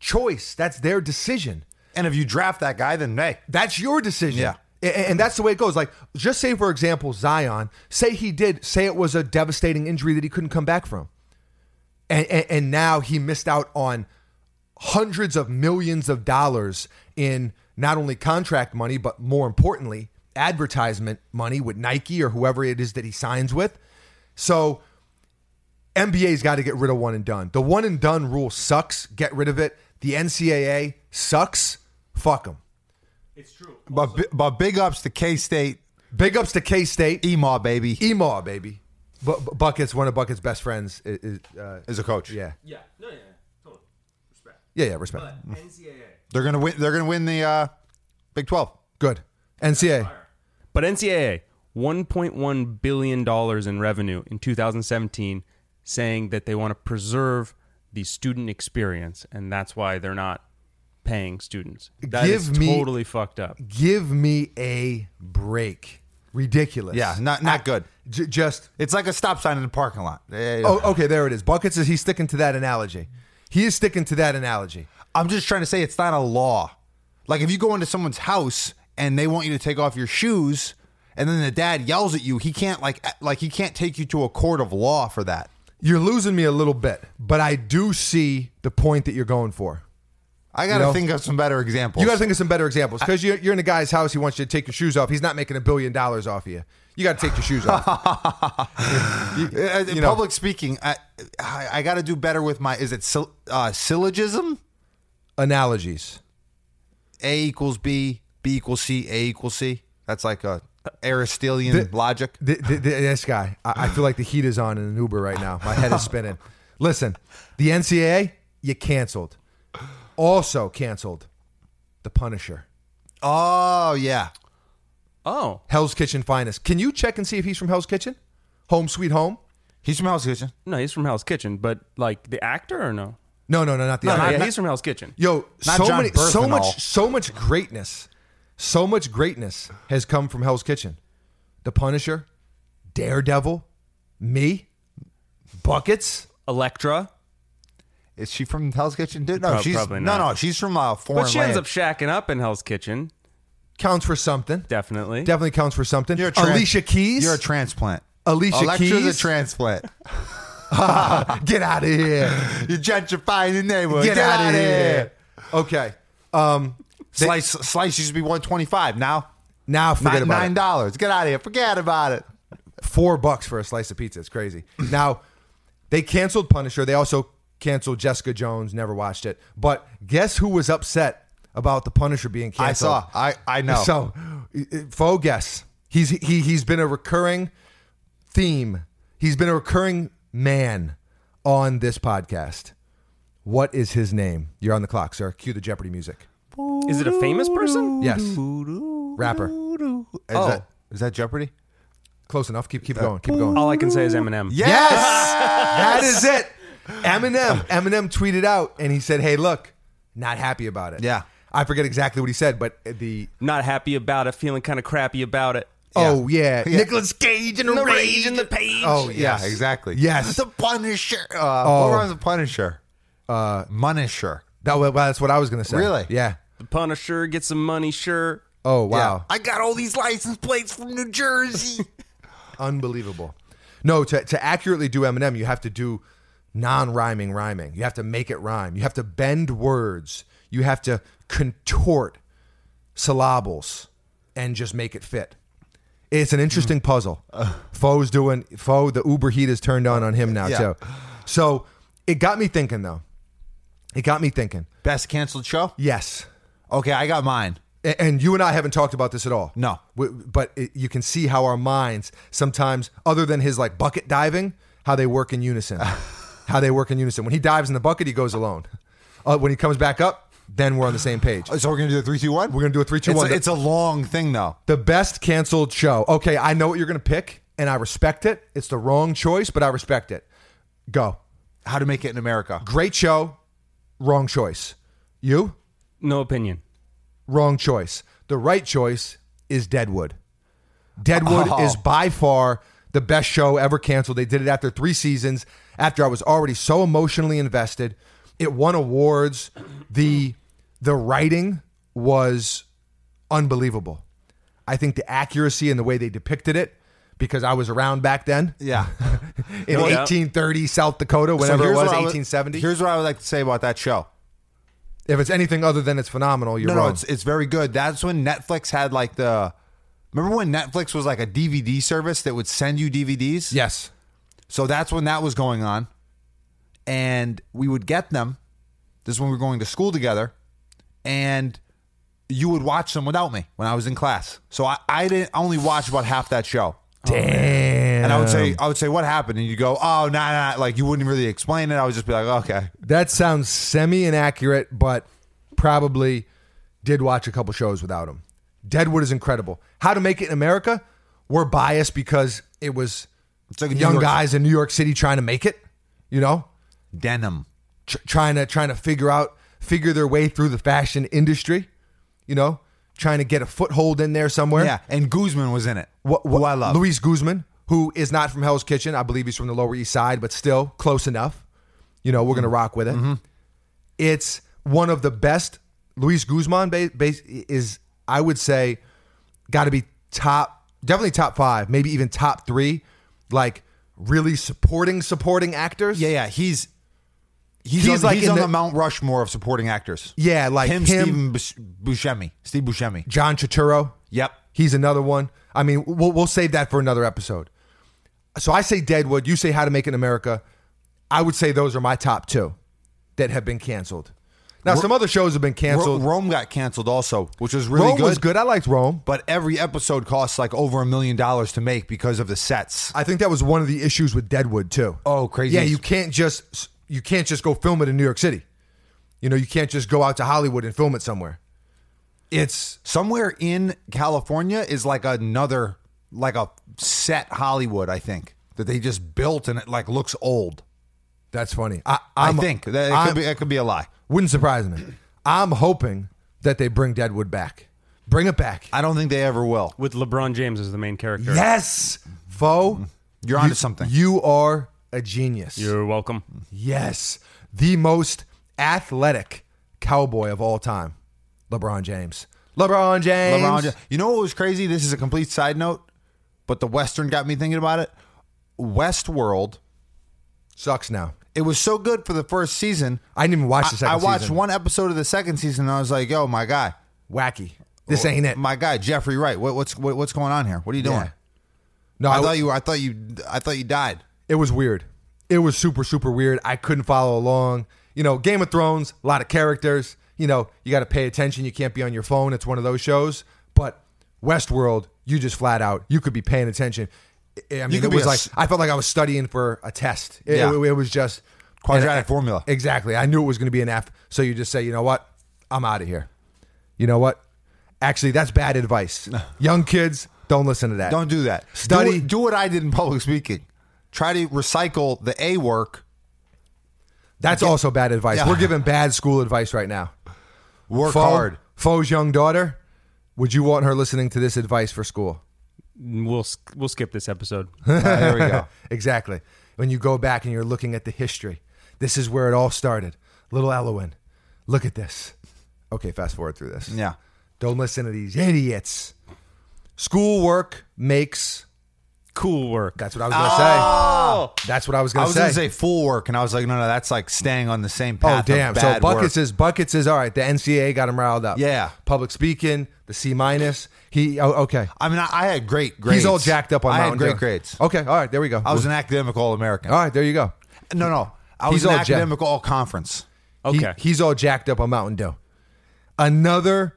choice. That's their decision. And if you draft that guy, then hey, That's your decision. Yeah. A- a- And, that's the way it goes. Like, just say, for example, Zion, say he did, say it was a devastating injury that he couldn't come back from. And, and, and now he missed out on hundreds of millions of dollars in not only contract money, but more importantly, advertisement money with Nike or whoever it is that he signs with. So, NBA's got to get rid of one and done. The one and done rule sucks. Get rid of it. The NCAA sucks. Fuck them. but bi- but big ups to K State, Big ups to K State. Emaw baby Emaw, baby. Bu- Bu- Buckets, one of Buckets' best friends. Is, is, uh, is a coach. yeah. Yeah, no, yeah, yeah, totally. Respect. Yeah, yeah, respect. But Mm. NCAA. they're gonna win. They're gonna win the uh, Big Twelve. Good. NCAA. But NCAA, $1.1 billion in revenue in 2017, saying that they want to preserve the student experience, and that's why they're not paying students. That is Give me- totally fucked up. Give me a break. Ridiculous. Yeah, not not good. J- just, It's like a stop sign in the parking lot. Eh, oh, okay, there it is. Buckets, is he's sticking to that analogy. He is sticking to that analogy. I'm just trying to say it's not a law. Like if you go into someone's house and they want you to take off your shoes, and then the dad yells at you, he can't like a- like he can't take you to a court of law for that. You're losing me a little bit, but I do see the point that you're going for. I gotta You know? think of some better examples. You got to think of some better examples because you're, you're in a guy's house. He wants you to take your shoes off. He's not making a billion dollars off of you. You got to take your shoes off. Uh, you know. public speaking, I I, I got to do better with my. Is it syl- uh, syllogism? Analogies. A equals B, B equals C, A equals C. That's like a Aristotelian logic. Th th th this guy, I, I feel like the heat is on in an Uber right now. My head is spinning. Listen, the NCAA, you canceled. Also canceled, The Punisher, Oh yeah, Oh, Hell's Kitchen finest. Can you check and see if he's from Hell's Kitchen? Home Sweet Home. he's from Hell's Kitchen. no, he's from Hell's Kitchen, but like the actor or no? No, no, no, not the. No, other. yeah, he's from Hell's Kitchen. Yo, Not so John many, so Berthenol. much, so much greatness, so much greatness has come from Hell's Kitchen, The Punisher, Daredevil, me, buckets. Electra. Is she from Hell's Kitchen? Dude, No, Prob- she's probably no, not. no. She's from uh, foreign But she ends up land. shacking up in Hell's Kitchen, Counts for something. definitely. Definitely counts for something. You're a trans- Alicia Keys. You're a transplant. Alicia Electra's Keys? <laughs> a transplant. <laughs> Get out of here. <laughs> You're gentrifying the neighborhood. Get, out outta of here. Okay. Um, Slice slice used to be one twenty five. Now Now forget nine about nine it. dollars. Get out of here. Forget about it. four bucks for a slice of pizza. It's crazy. <clears throat> now, they canceled Punisher. They also canceled Jessica Jones. Never watched it. But guess who was upset about the Punisher being I canceled? saw. I I know. <laughs> So, uh, faux guess. He's he he's been a recurring theme. He's been a recurring man on this podcast. What is his name? You're on the clock, sir. Cue the Jeopardy music. Is it a famous person? Yes, rapper. Is, that, is that Jeopardy? Close enough. Keep keep going. Keep going. All I can say is Eminem. Yeah. Yes, <laughs> that is it. Eminem. Eminem tweeted out and he said, "Hey, look, not happy about it." Yeah. I forget exactly what he said, but the Not happy about it, feeling kind of crappy about it. oh yeah, <laughs> Yeah. Nicholas Cage and the rage and the page. oh Yeah, yes. exactly. Yes. The Punisher. Uh, oh. What runs the Punisher? Uh, Munisher. That was, well, that's what I was gonna say. Really? Yeah. The Punisher, get some money, sure. Oh wow, I got all these license plates from New Jersey. unbelievable. No, to to accurately do Eminem, you have to do non-rhyming rhyming. You have to make it rhyme. You have to bend words. You have to contort syllables and just make it fit. It's an interesting puzzle. Foe's doing Foe. The Uber heat is turned on on him now Yeah. too. So it got me thinking though. It got me thinking. <laughs> Best canceled show? Yes. Okay, I got mine. A- And you and I haven't talked about this at all. No. W- But it, you can see how our minds sometimes, other than his like bucket diving, how they work in <laughs> unison. how they work in unison. When he dives in the bucket, he goes alone. Uh, when he comes back up, then we're on the same page. Uh, So we're gonna do a three, two, one. We're going to do a three, two, It's one. a, it's a long thing though. the best canceled show. Okay, I know what you're going to pick, and I respect it. It's the wrong choice, but I respect it. Go. How to make it in America? Great show, wrong choice. You? No opinion. wrong choice. The right choice is Deadwood. Deadwood Oh. is by far the best show ever canceled. They did it after three seasons, after I was already so emotionally invested. It won awards. The the writing was unbelievable. I think the accuracy and the way they depicted it, because I was around back then <laughs> Yeah. in No doubt. 1830 South Dakota, whenever it Oh, here's was, what I would- 1870. Here's what I would like to say about that show. if it's anything other than it's phenomenal, you're No, wrong. no, it's it's very good. That's when Netflix had like the. Remember when Netflix was like a DVD service that would send you DVDs? yes. So that's when that was going on. And we would get them. This is when we were going to school together. And you would watch them without me when I was in class. So I, I didn't I only watch about half that show. Damn. And I would say, I would say, what happened? And you go, oh, nah, nah. Like you wouldn't really explain it. I would just be like, okay, That sounds semi inaccurate, but probably did watch a couple shows without him. Deadwood is incredible. How to Make It in America? We're biased because it was It's like a New young York- guys in New York City trying to make it, you know, denim. Tr- trying to trying to figure out figure their way through the fashion industry, you know, trying to get a foothold in there somewhere. Yeah. And Guzman was in it. What, who I love. Luis Guzman, who is not from Hell's Kitchen. I believe he's from the Lower East Side, but still close enough. You know, we're Mm-hmm. going to rock with it. It's one of the best. Luis Guzman ba- base is, I would say, got to be top, definitely top five, maybe even top three, like really supporting, supporting actors. yeah, yeah. He's he's, He's on, like he's in on the- the, Mount Rushmore of supporting actors. Yeah, like him, him. Steven Bus- Buscemi, Steve Buscemi. John Turturro. Yep. He's another one. I mean, we'll, we'll save that for another episode. So I say Deadwood. You say How to Make It in America. I would say those are my top two that have been canceled. Now, some other shows have been Ro- canceled. Rome got canceled also, which was really Rome good. was good. I liked Rome. But every episode costs like over a million dollars to make because of the sets. I think that was one of the issues with Deadwood too. Oh, crazy. Yeah, you can't just you can't just go film it in New York City. You know, you can't just go out to Hollywood and film it somewhere. It's Somewhere in California is like another, like a set Hollywood. I think that they just built and it like looks old. that's funny. I, i I'm, think that it I'm- could, be, it could be a lie. Wouldn't surprise me. I'm hoping that they bring Deadwood back. Bring it back. I don't think they ever will. With LeBron James as the main character. Yes, Foe. Mm-hmm. You're onto something. You are a genius. You're welcome. yes, the most athletic cowboy of all time, LeBron James. LeBron James. LeBron James. You know what was crazy? This is a complete side note, but the Western got me thinking about it. Westworld. sucks now. It was so good for the first season. I didn't even watch the I, second I watched season. one episode of the second season and I was like, "Yo, my guy, wacky. This ain't it. My guy Jeffrey Wright. What, what's what, what's going on here? What are you doing? Eh. Yeah. No, I it- thought you. I thought you. I thought you died. it was weird. It was super, super weird. I couldn't follow along. You know, Game of Thrones, a lot of characters. You know, you got to pay attention. You can't be on your phone. It's one of those shows. But Westworld, you just flat out, you could be paying attention. I- I mean, could it be was a like, s- I felt like I was studying for a test. It, Yeah. it, it was just Quadratic and- formula. Exactly. I knew it was going to be an F. So you just say, you know what? I'm out of here. You know what? Actually, that's bad <laughs> advice. Young kids, don't listen to that. Don't do that. Study. Do, what- do what I did in public speaking. Try to recycle the A work That's also bad advice. Yeah. We're giving bad school advice right now. Work Fo- hard. Fo's young daughter, would you want her listening to this advice for <laughs> school? We'll sk- we'll skip this episode. Ah, there we <laughs> go. Exactly. When you go back and you're looking at the history, this is where it all started. Little Elowin, look at this. Okay, fast forward through this. Yeah. Don't listen to these idiots. Schoolwork makes. Cool work. That's what I was gonna say. That's what I was Oh! I gonna was say. going to say full work, and I was like, no, no, that's like staying on the same path. Oh damn! Of So bad buckets work. is buckets is all right. The NCAA got him riled up. Yeah. Public speaking, the C minus. He oh, okay. I mean, I, I had great grades. He's all jacked up on I Mountain had great Dew. grades. Okay, all right, there we go. I was an academic All American. all right, there you go. No, no, I He's was an all jacked. academic All Conference. He- Okay. he's all jacked up on Mountain Dew. Another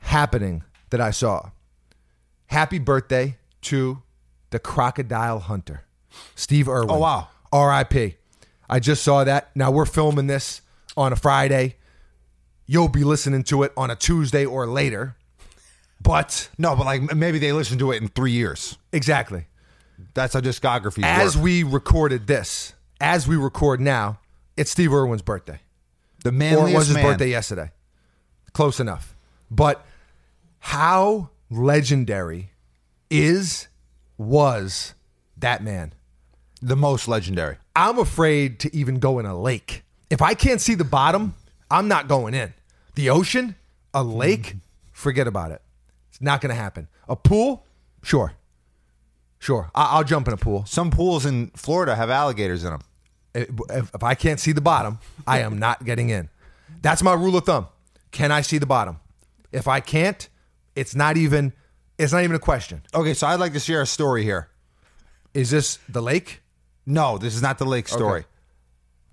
happening that I saw. Happy birthday to the crocodile hunter, Steve Irwin. Oh, wow. R.I.P. I just saw that. Now we're filming this on a Friday. You'll be listening to it on a Tuesday or later. But No, but like m- maybe they listened to it in three years. exactly. That's how discography As works. we recorded this, as we record now, it's Steve Irwin's birthday. the or manliest it was his man. birthday yesterday. Close enough. But how legendary is was that man? the most legendary. I'm afraid to even go in a lake. If I can't see the bottom, I'm not going in. The ocean, a lake, forget about it. It's not going to happen. A pool, sure. Sure. I- I'll jump in a pool. Some pools in Florida have alligators in them. if, if I can't see the bottom, I am not getting in. That's my rule of thumb. Can I see the bottom? If I can't, it's not even it's not even a question. Okay, so I'd like to share a story here. Is this the lake? No, this is not the lake story,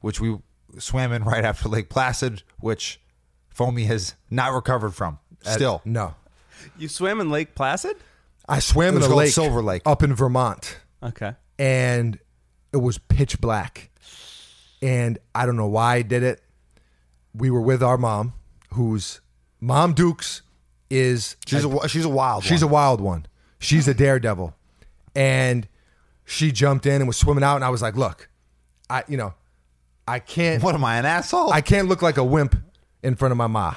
which we swam in <laughs> right after Lake Placid, which Foamy has not recovered from. Still, Uh, No. You swam in Lake Placid? I swam It was in a called lake, Silver Lake. up in Vermont, Okay. and it was pitch black. And I don't know why I did it. We were with our mom, who's mom Dukes is she's a she's a wild. She's one. a wild one. She's a daredevil. And she jumped in and was swimming out and I was like, "Look, I you know, I can't What am I, an asshole? I can't look like a wimp in front of my ma."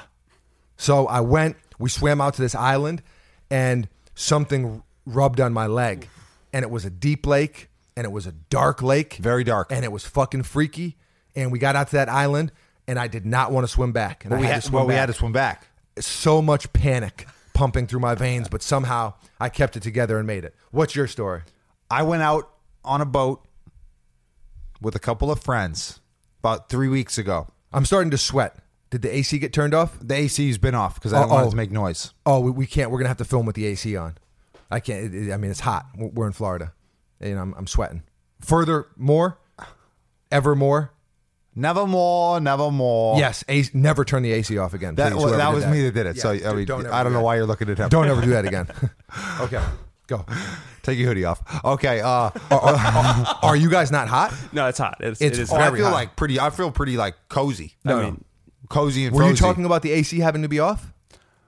So I went, we swam out to this island and something rubbed on my leg. And it was a deep lake and it was a dark lake. Very dark. And it was fucking freaky and we got out to that island and I did not want to swim back. And But I we had had, to swim well, we back had to swim back. so much panic pumping through my veins, but somehow I kept it together and made it. What's your story? I went out on a boat with a couple of friends about three weeks ago. I'm starting to sweat. Did the AC get turned off? The AC's been off because I don't want Uh-oh. it to make noise. Oh, we, we can't. We're gonna have to film with the AC on. I can't. it- it- I mean, it's hot. We're we're in Florida, and I'm I'm sweating. Furthermore, evermore, Nevermore, nevermore. yes, AC, never turn the AC off again. Oh. that, please, well, whoever that did was me that did it. so Yeah, I, mean, don't ever I don't do know that. why you're looking at him. Don't ever do that again. okay, go. <laughs> take your hoodie off. Okay. Uh, Are you guys not hot? No, it's hot. It's, It's it is hot. hot. I very feel like pretty. I feel pretty like cozy. No, I mean, cozy and Were frozy. you talking about the AC having to be off?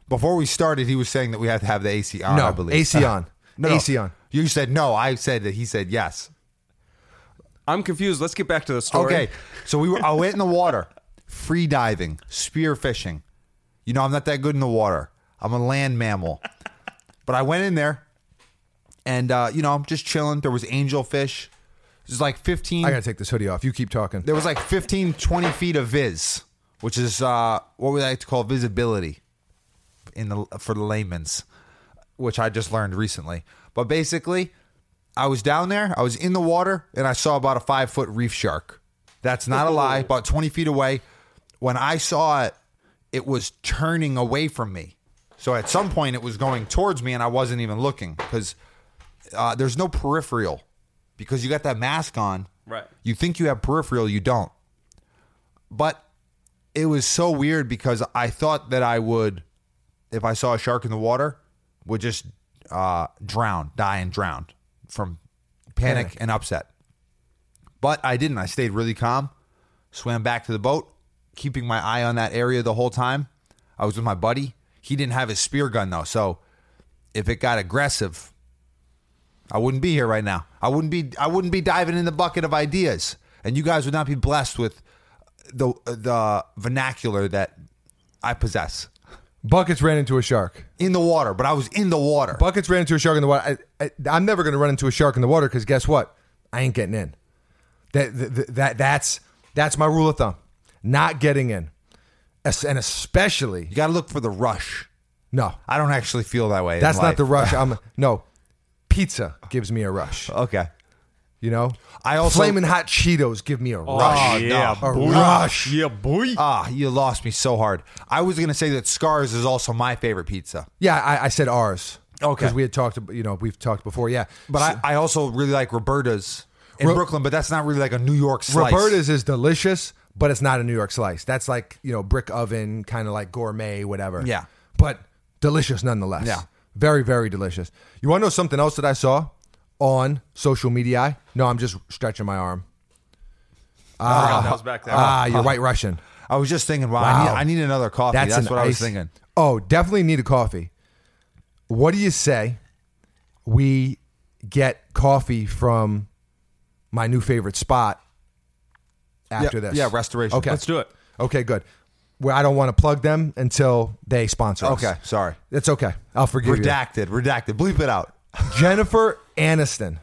before we started? He was saying that we have to have the AC on. No, I believe <laughs> AC on. No, no. AC on. You said no. I said that. He said yes. I'm confused. Let's get back to the story. Okay, so we were. I went in the water, free diving, spear fishing. You know, I'm not that good in the water. I'm a land mammal, but I went in there, and uh, you know, I'm just chilling. There was angelfish. There's like 15. I gotta take this hoodie off. You keep talking. there was like 15, 20 feet of viz, which is uh, what we like to call visibility in the for the layman's, which I just learned recently. But basically, I was down there, I was in the water, and I saw about a five foot reef shark. That's not a lie, about 20 feet away. When I saw it, it was turning away from me. So at some point, it was going towards me, and I wasn't even looking because uh, there's no peripheral because you got that mask on. Right. You think you have peripheral, you don't. But it was so weird because I thought that I would, if I saw a shark in the water, would just uh, drown, die, and drown from panic. and upset. But I didn't. I stayed really calm, swam back to the boat, keeping my eye on that area the whole time. I was with my buddy. He didn't have his spear gun though, so if it got aggressive, I wouldn't be here right now. I wouldn't be I wouldn't be diving in the bucket of ideas, and you guys would not be blessed with the the vernacular that I possess Buckets ran into a shark. in the water. But I was in the water. Buckets ran into a shark in the water. I, I, I'm never going to run into a shark in the water because guess what? I ain't getting in. That, that, that that's that's my rule of thumb. Not getting in, Es- and especially you got to look for the rush. no. I don't actually feel that way. in That's life. not the rush. I'm <laughs> no. Pizza gives me a rush. okay. You know. I also- flaming hot Cheetos give me a Oh, rush. yeah, a boy. rush. Yeah, boy. Uh, Ah, you lost me so hard. I was gonna say that Scars is also my favorite pizza, Yeah, I, I said ours. Okay. Because we had talked. ab- You know, we've talked before. Yeah, but I, I also really like Roberta's in Ro- Brooklyn. But that's not really like a New York slice. Roberta's is delicious, but it's not a New York slice. That's like you know brick oven, kind of like gourmet, whatever. Yeah. but delicious nonetheless. Yeah. very very delicious. You want to know something else that I saw on social media? No, I'm just stretching my arm. Ah, that was back there. Ah, you're White Russian. I was just thinking, wow, Wow. I, need, I need another coffee. That's, an what I was ice- thinking. Oh, definitely need a coffee. What do you say we get coffee from my new favorite spot after Yeah, this? yeah, Restoration. Okay. Let's do it. Okay, good. Well, I don't want to plug them until they sponsor us. Okay, sorry. It's okay. I'll forgive you. Redacted, redacted. Bleep it out. <laughs> Jennifer Aniston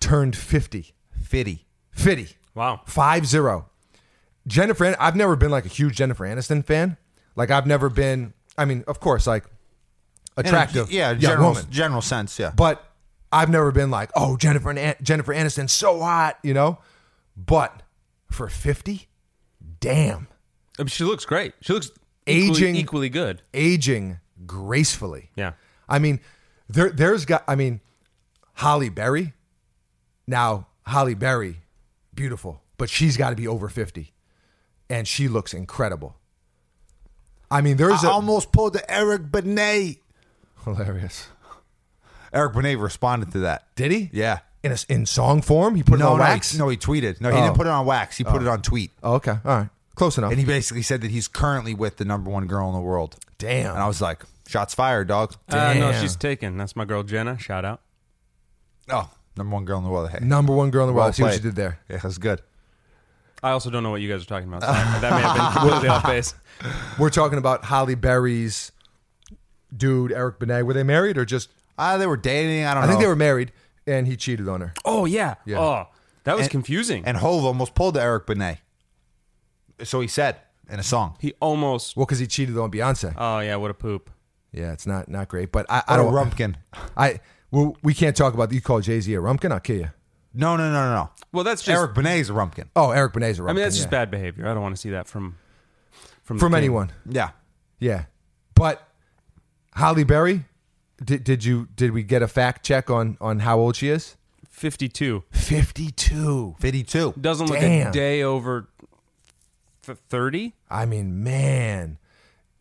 turned 50. Fitty. 50. Wow. Five zero. Jennifer, An- I've never been like a huge Jennifer Aniston fan. Like I've never been. I mean, of course, like attractive, Yeah, general, woman. general sense. Yeah. But I've never been like, oh, Jennifer An- Jennifer Aniston, so hot, you know. But for fifty, damn, I mean, she looks great. She looks Aging- equally, equally good. aging gracefully. Yeah. I mean, there there's got. I mean, Holly Berry. Now Holly Berry, beautiful, but she's got to be over fifty, and she looks incredible. I mean, there's I a almost pulled the Eric Benet. hilarious. Eric Benet responded to that. Did he? Yeah. In a, in song form, he put it No, on no, wax. He, no, he tweeted. No, he didn't put it on wax. He put it on tweet. Oh, okay, all right, close enough. And he basically said that he's currently with the number one girl in the world. Damn. And I was like, shots fired, dog. Uh, no, Damn. she's taken. That's my girl Jenna. Shout out. oh, number one girl in the world. Hey, Number one girl in the world. well I See what played. she did there. Yeah, that's good. I also don't know what you guys are talking about. Sorry. <laughs> that may have been completely off base. We're talking about Holly Berry's dude, Eric Benet. Were they married or just? Ah, they were dating. I don't I know. think they were married, and he cheated on her. Oh yeah. Oh, that was confusing. And Hove almost pulled the Eric Benet. So he said in a song. he almost. Well, because he cheated on Beyonce. Oh yeah. What a poop. Yeah, it's not not great, but I, I I don't. don't Rumpkin. <laughs> I well, we can't talk about you call Jay Z a rumpkin. I'll kill you. No, no, no, no, no. Well, that's just. Eric Benet's a Rumpkin. Oh, Eric Benet's a rumpkin. I mean, that's just yeah. bad behavior. I don't want to see that from from the from king. anyone. Yeah. Yeah, but Holly Berry, did, did you did we get a fact check on on how old she is? Fifty-two Fifty two. 52. doesn't look Damn. a day over f- thirty. I mean, man,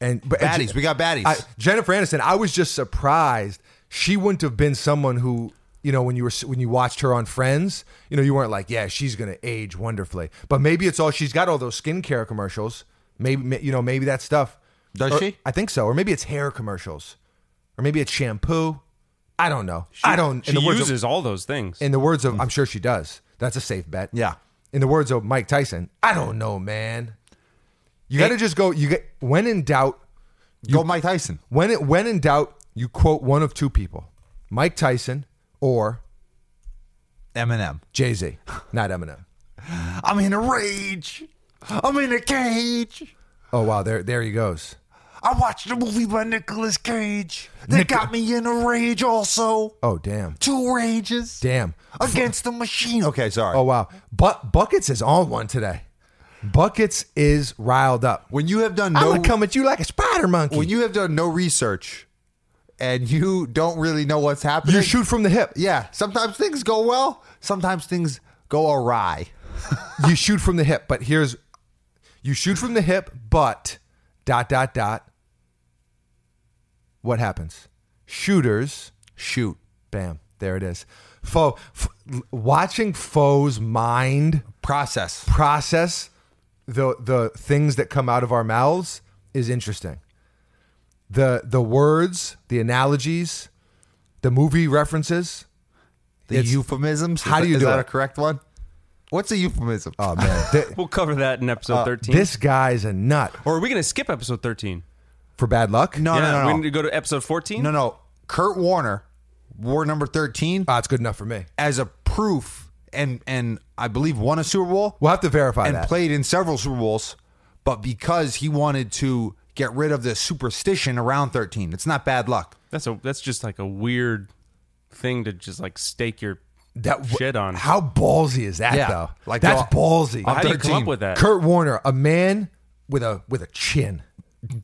and but Baddies. We got baddies. I, Jennifer Aniston, I was just surprised she wouldn't have been someone who, you know, when you were when you watched her on Friends, you know, you weren't like, yeah, she's gonna age wonderfully. But maybe it's all she's got all those skincare commercials. Maybe ma- you know, maybe that stuff. Does Or- she? I think so. Or maybe it's hair commercials, or maybe it's shampoo. I don't know. I don't. She words of- uses all those things. in the words of, I'm sure she does. That's a safe bet. Yeah. In the words of Mike Tyson, I don't know, man. You got to just go. You get when in doubt. Go Mike Tyson. When it, when in doubt, you quote one of two people, Mike Tyson or Eminem. Jay Z, not Eminem. I'm in a rage. I'm in a cage. Oh wow, there there he goes. I watched a movie by Nicolas Cage. They got me in a rage also. Oh damn, Two rages. damn. Against the machine. Okay, sorry. Oh wow, but buckets is on one today. Buckets is riled up. When you have done I'm no gonna come at you like a spider monkey. when you have done no research and you don't really know what's happening. you shoot from the hip. Yeah, sometimes things go well, sometimes things go awry. you shoot from the hip, but here's you shoot from the hip, but dot dot dot. What happens? Shooters shoot. Bam. There it is. Foe f- watching foes mind Process. process the the things that come out of our mouths is interesting. The the words, the analogies, the movie references. The It's- euphemisms. How Is do you that- is do that it? a correct one? What's a euphemism? Oh man, <laughs> Th- We'll cover that in episode 13. Uh, this guy's a nut or are we going to skip episode 13? for bad luck. no, yeah, no, We no, need no. to go to episode 14? No, no. Kurt Warner wore number 13 Ah, it's good enough for me. as a proof and and I believe won a Super Bowl We'll have to verify and that. played in several Super Bowls, but because he wanted to get rid of the superstition around 13. It's not bad luck. That's a that's just like a weird thing to just like stake your that w- shit on. How ballsy is that Yeah. though? Like Like, that's no, ballsy. How do you come 13. up with that? Kurt Warner, a man with a with a chin.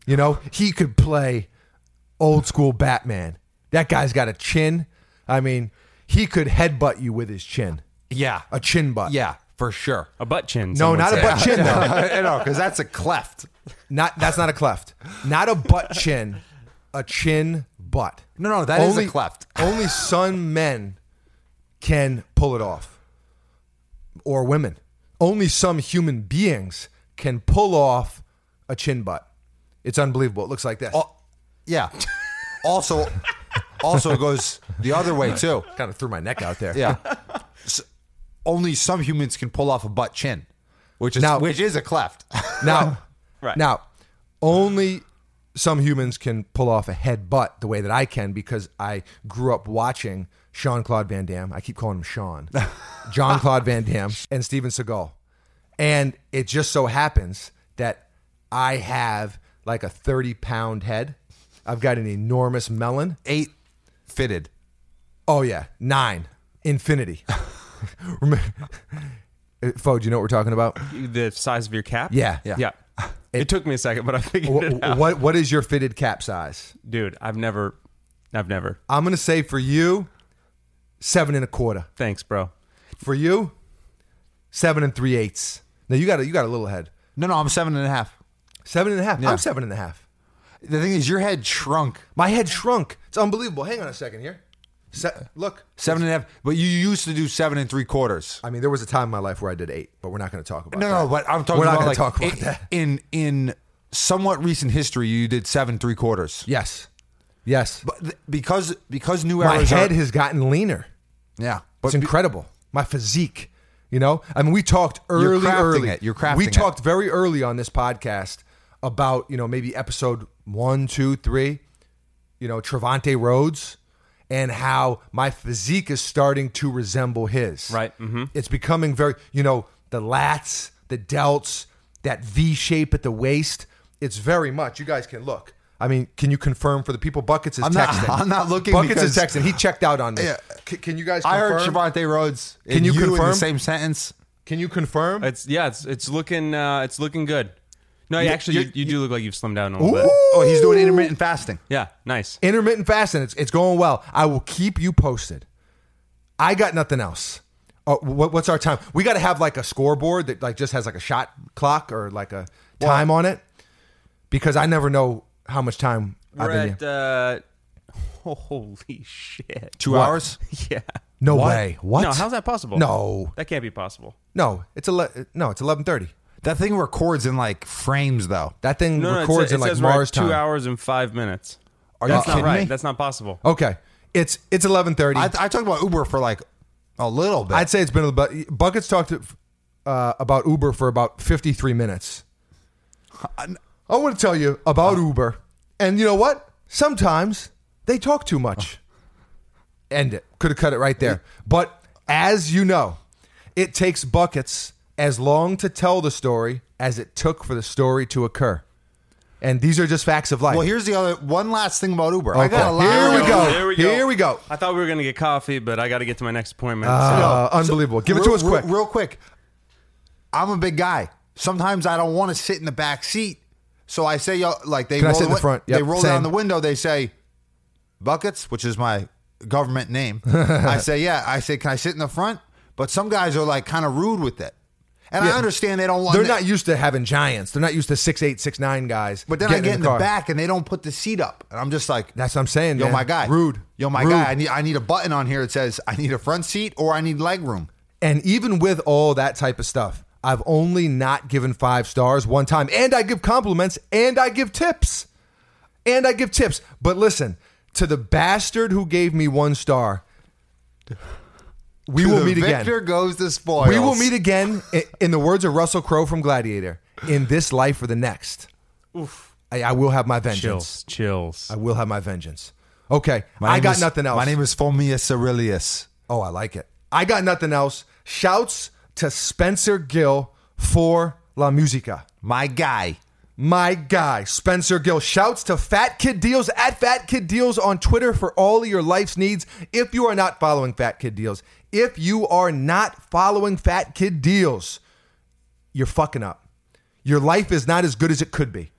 You know, he could play old school Batman. That guy's got a chin. I mean, he could headbutt you with his chin. Yeah. A chin butt. Yeah, for <laughs> sure. a butt chin. No, someone not a said. butt chin though. <laughs> no, because that's a cleft. Not that's not a cleft. Not a <laughs> butt chin. A chin butt. No, no, that is a cleft. only some men can pull it off, or women. Only some human beings can pull off a chin butt. It's unbelievable. It looks like Oh. this. <laughs> Yeah. Also, also goes the other way too. kind of threw my neck out there. <laughs> Yeah. S- only some humans can pull off a butt chin, which is Now- which is a cleft. <laughs> Now, Right. now, only some humans can pull off a head butt the way that I can because I grew up watching Sean Claude Van Damme. I keep calling him Sean, John Claude Van Damme, and Steven Seagal. And it just so happens that I have like a 30 pound head. I've got an enormous melon. Eight fitted. Oh, yeah. Nine. Infinity. Remember- <laughs> Fo, do you know what we're talking about? the size of your cap. Yeah. yeah. It, took me a second, but I figured <laughs> it Wh- out. what, what is your fitted cap size? Dude, I've never, I've never. I'm gonna say for you, seven and a quarter. Thanks, bro. For you, seven and three eighths. Now you got a you got a little head. No, no, I'm seven and a half. Seven and a half. Yeah. I'm seven and a half. The thing is, your head shrunk My head shrunk. It's unbelievable. Hang on a second here. Se- look, seven and a half, but you used to do seven and three quarters. I mean, there was a time in my life where I did eight, but we're not gonna talk about No, that. no, but I'm talking We're not about gonna like talk about in, that. in in somewhat recent history, you did seven three quarters. Yes, yes. But th- because because new my eras head are, has gotten leaner. yeah, It's incredible. My physique, you know. I mean, we talked early, crafting early. it. You're crafting We it. talked very early on this podcast about you know maybe episode one, two, three. You know, Travante Rhodes, and how my physique is starting to resemble his. Right, Mm-hmm. It's becoming very. You know, the lats, the delts, that V shape at the waist. It's very much. You guys can look. I mean, can you confirm for the people? Buckets is I'm not- texting. <laughs> I'm not looking Buckets is because- texting. He checked out on me. Yeah. C- can you guys? I heard confirm? Shavante Rhodes. Can and you in confirm? the same sentence? Can you confirm? It's yeah, it's it's looking, uh, it's looking good. No, you, actually, you, you do look like you've slimmed down a little bit. Oh, he's doing intermittent fasting. Yeah, nice. Intermittent fasting. It's, it's going well. I will keep you posted. I got nothing else. Uh, what, what's our time? We got to have like a scoreboard that like just has like a shot clock or like a time on it because I never know how much time I've We're been. at uh, <laughs> holy shit. Two What? hours. <laughs> Yeah. no way. What? No, how's that possible? No. that can't be possible. No, it's ele- no, it's eleven thirty. That thing records in like frames, though. That thing No, no, it records sa- it in like says we're at Mars time. Two hours and five minutes. Are That's you not kidding right. me? That's not possible. Okay, it's it's eleven thirty. I, I talked about Uber for like a little bit. I'd say it's been a bu- buckets talked to, uh, about Uber for about fifty three minutes. I want to tell you Uh. about Uber, and you know what? Sometimes they talk too much. Uh. End it. Could have cut it right there. But as you know, it takes buckets as long to tell the story as it took for the story to occur. And these are just facts of life. well, here's the other one last thing about Uber. I Okay. got a lot. Here we go. There we go. Here we go. Ah. I thought we were gonna get coffee, but I got to get to my next appointment. Uh, unbelievable. Give it to us quick. real quick. I'm a big guy. Sometimes I don't want to sit in the back seat, so I say, "Yo," like they Can I roll sit in the win- front? Yep, they roll same. down the window. They say, "Buckets," which is my government <laughs> name. I say, "Yeah." I say, "Can I sit in the front?" But some guys are like kind of rude with it, and I understand they don't want. They're not used to having giants. They're not used to six eight, six nine guys. But then I getting get in the, car. back and they don't put the seat up, and I'm just like, That's what I'm saying. Yo, man. my guy. Rude. Yo, my Rude. guy. I need I need a button on here that says I need a front seat or I need leg room. And even with all that type of stuff, I've only not given five stars one time. And I give compliments and I give tips. And I give tips. But listen, to the bastard who gave me one star, we will The meet again. Victor goes to spoils. We will meet again, i- in the words of Russell Crowe from Gladiator, in this life or the next. I, I will have my Chills, vengeance. chills. I will have my vengeance. Okay, My I name got is- nothing else. My name is Fomius Aurelius. Oh, I like it. I got nothing else. Shouts to Spencer Gill for La Musica. My guy. My guy, Spencer Gill. Shouts to Fat Kid Deals at Fat Kid Deals on Twitter for all of your life's needs. If you are not following Fat Kid Deals, if you are not following Fat Kid Deals, you're fucking up. Your life is not as good as it could be,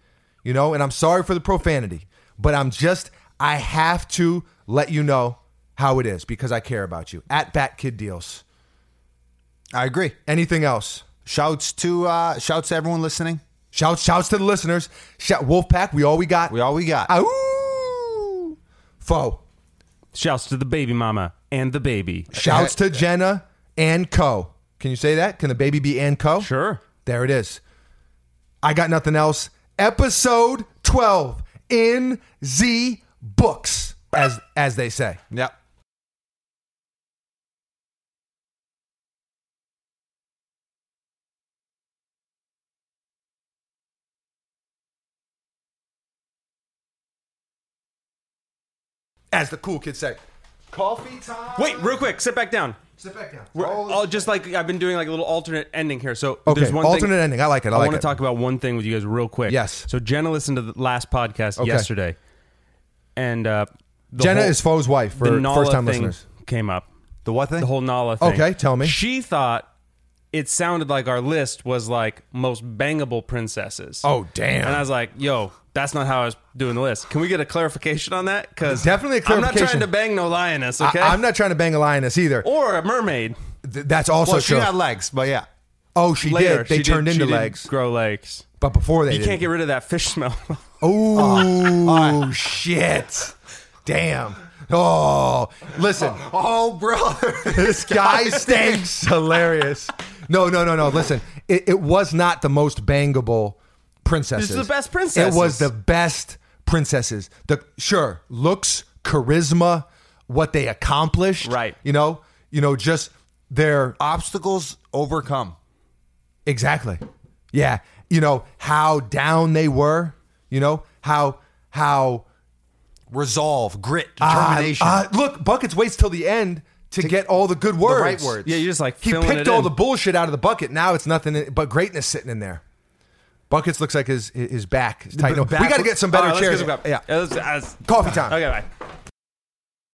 you know? And I'm sorry for the profanity, but I'm just, I have to let you know how it is because I care about you. At Fat Kid Deals. I agree. Anything else? Shouts to uh shouts to everyone listening. Shouts, shouts to the listeners. Shout, Wolfpack, we all we got. Ah, We all we got. Ow! Foe. Shouts to the baby mama and the baby. Shouts to Jenna and Co. Can you say that? Can the baby be and Co? Sure. There it is. I got nothing else. Episode 12 in Z Books, as as they say. Yep. As the cool kids say. Coffee time. Wait, real quick, sit back down. Sit back down. We're, Oh, I'll just like I've been doing like a little alternate ending here. So Okay, there's one thing- alternate ending. I like it. I like want it. to talk about one thing with you guys real quick. Yes. So Jenna listened to the last podcast Okay. yesterday, and uh, the Jenna whole- is Foe's wife the for Nala first time thing listeners. came up. The what thing? The whole Nala thing. Okay, tell me. She thought it sounded like our list was like most bangable princesses. Oh, damn. And I was like, yo, that's not how I was doing the list. Can we get a clarification on that? Because Definitely a I'm not clarification. trying to bang no lioness, I- okay? I'm not trying to bang a lioness either. or a mermaid. Th- that's also well, she true. got legs, but yeah. oh, she Later, did. They she turned did- she into did legs, Grow legs. but before they You didn't. can't get rid of that fish smell. <laughs> Oh <laughs> shit! Damn. Oh, <laughs> listen. Oh, brother. This guy stinks. Hilarious. No, no, no, no. Listen, it, it was not the most bangable princesses. It's the best princesses. It was the best princesses. The sure looks, charisma, what they accomplished. Right. You know. You know. Just their Obstacles overcome. Exactly. Yeah. You know how down they were. You know how how Resolve, grit, ah, determination. ah, look, buckets waits till the end to, get all the good words. right words. yeah, you're just like He filling picked it all in. the bullshit out of the bucket. Now it's nothing in- but greatness sitting in there. Buckets looks like his his back is tight. No, we back- got to get some better All right, let's chairs. get some- Yeah. let's- let's- Coffee time. Okay, bye.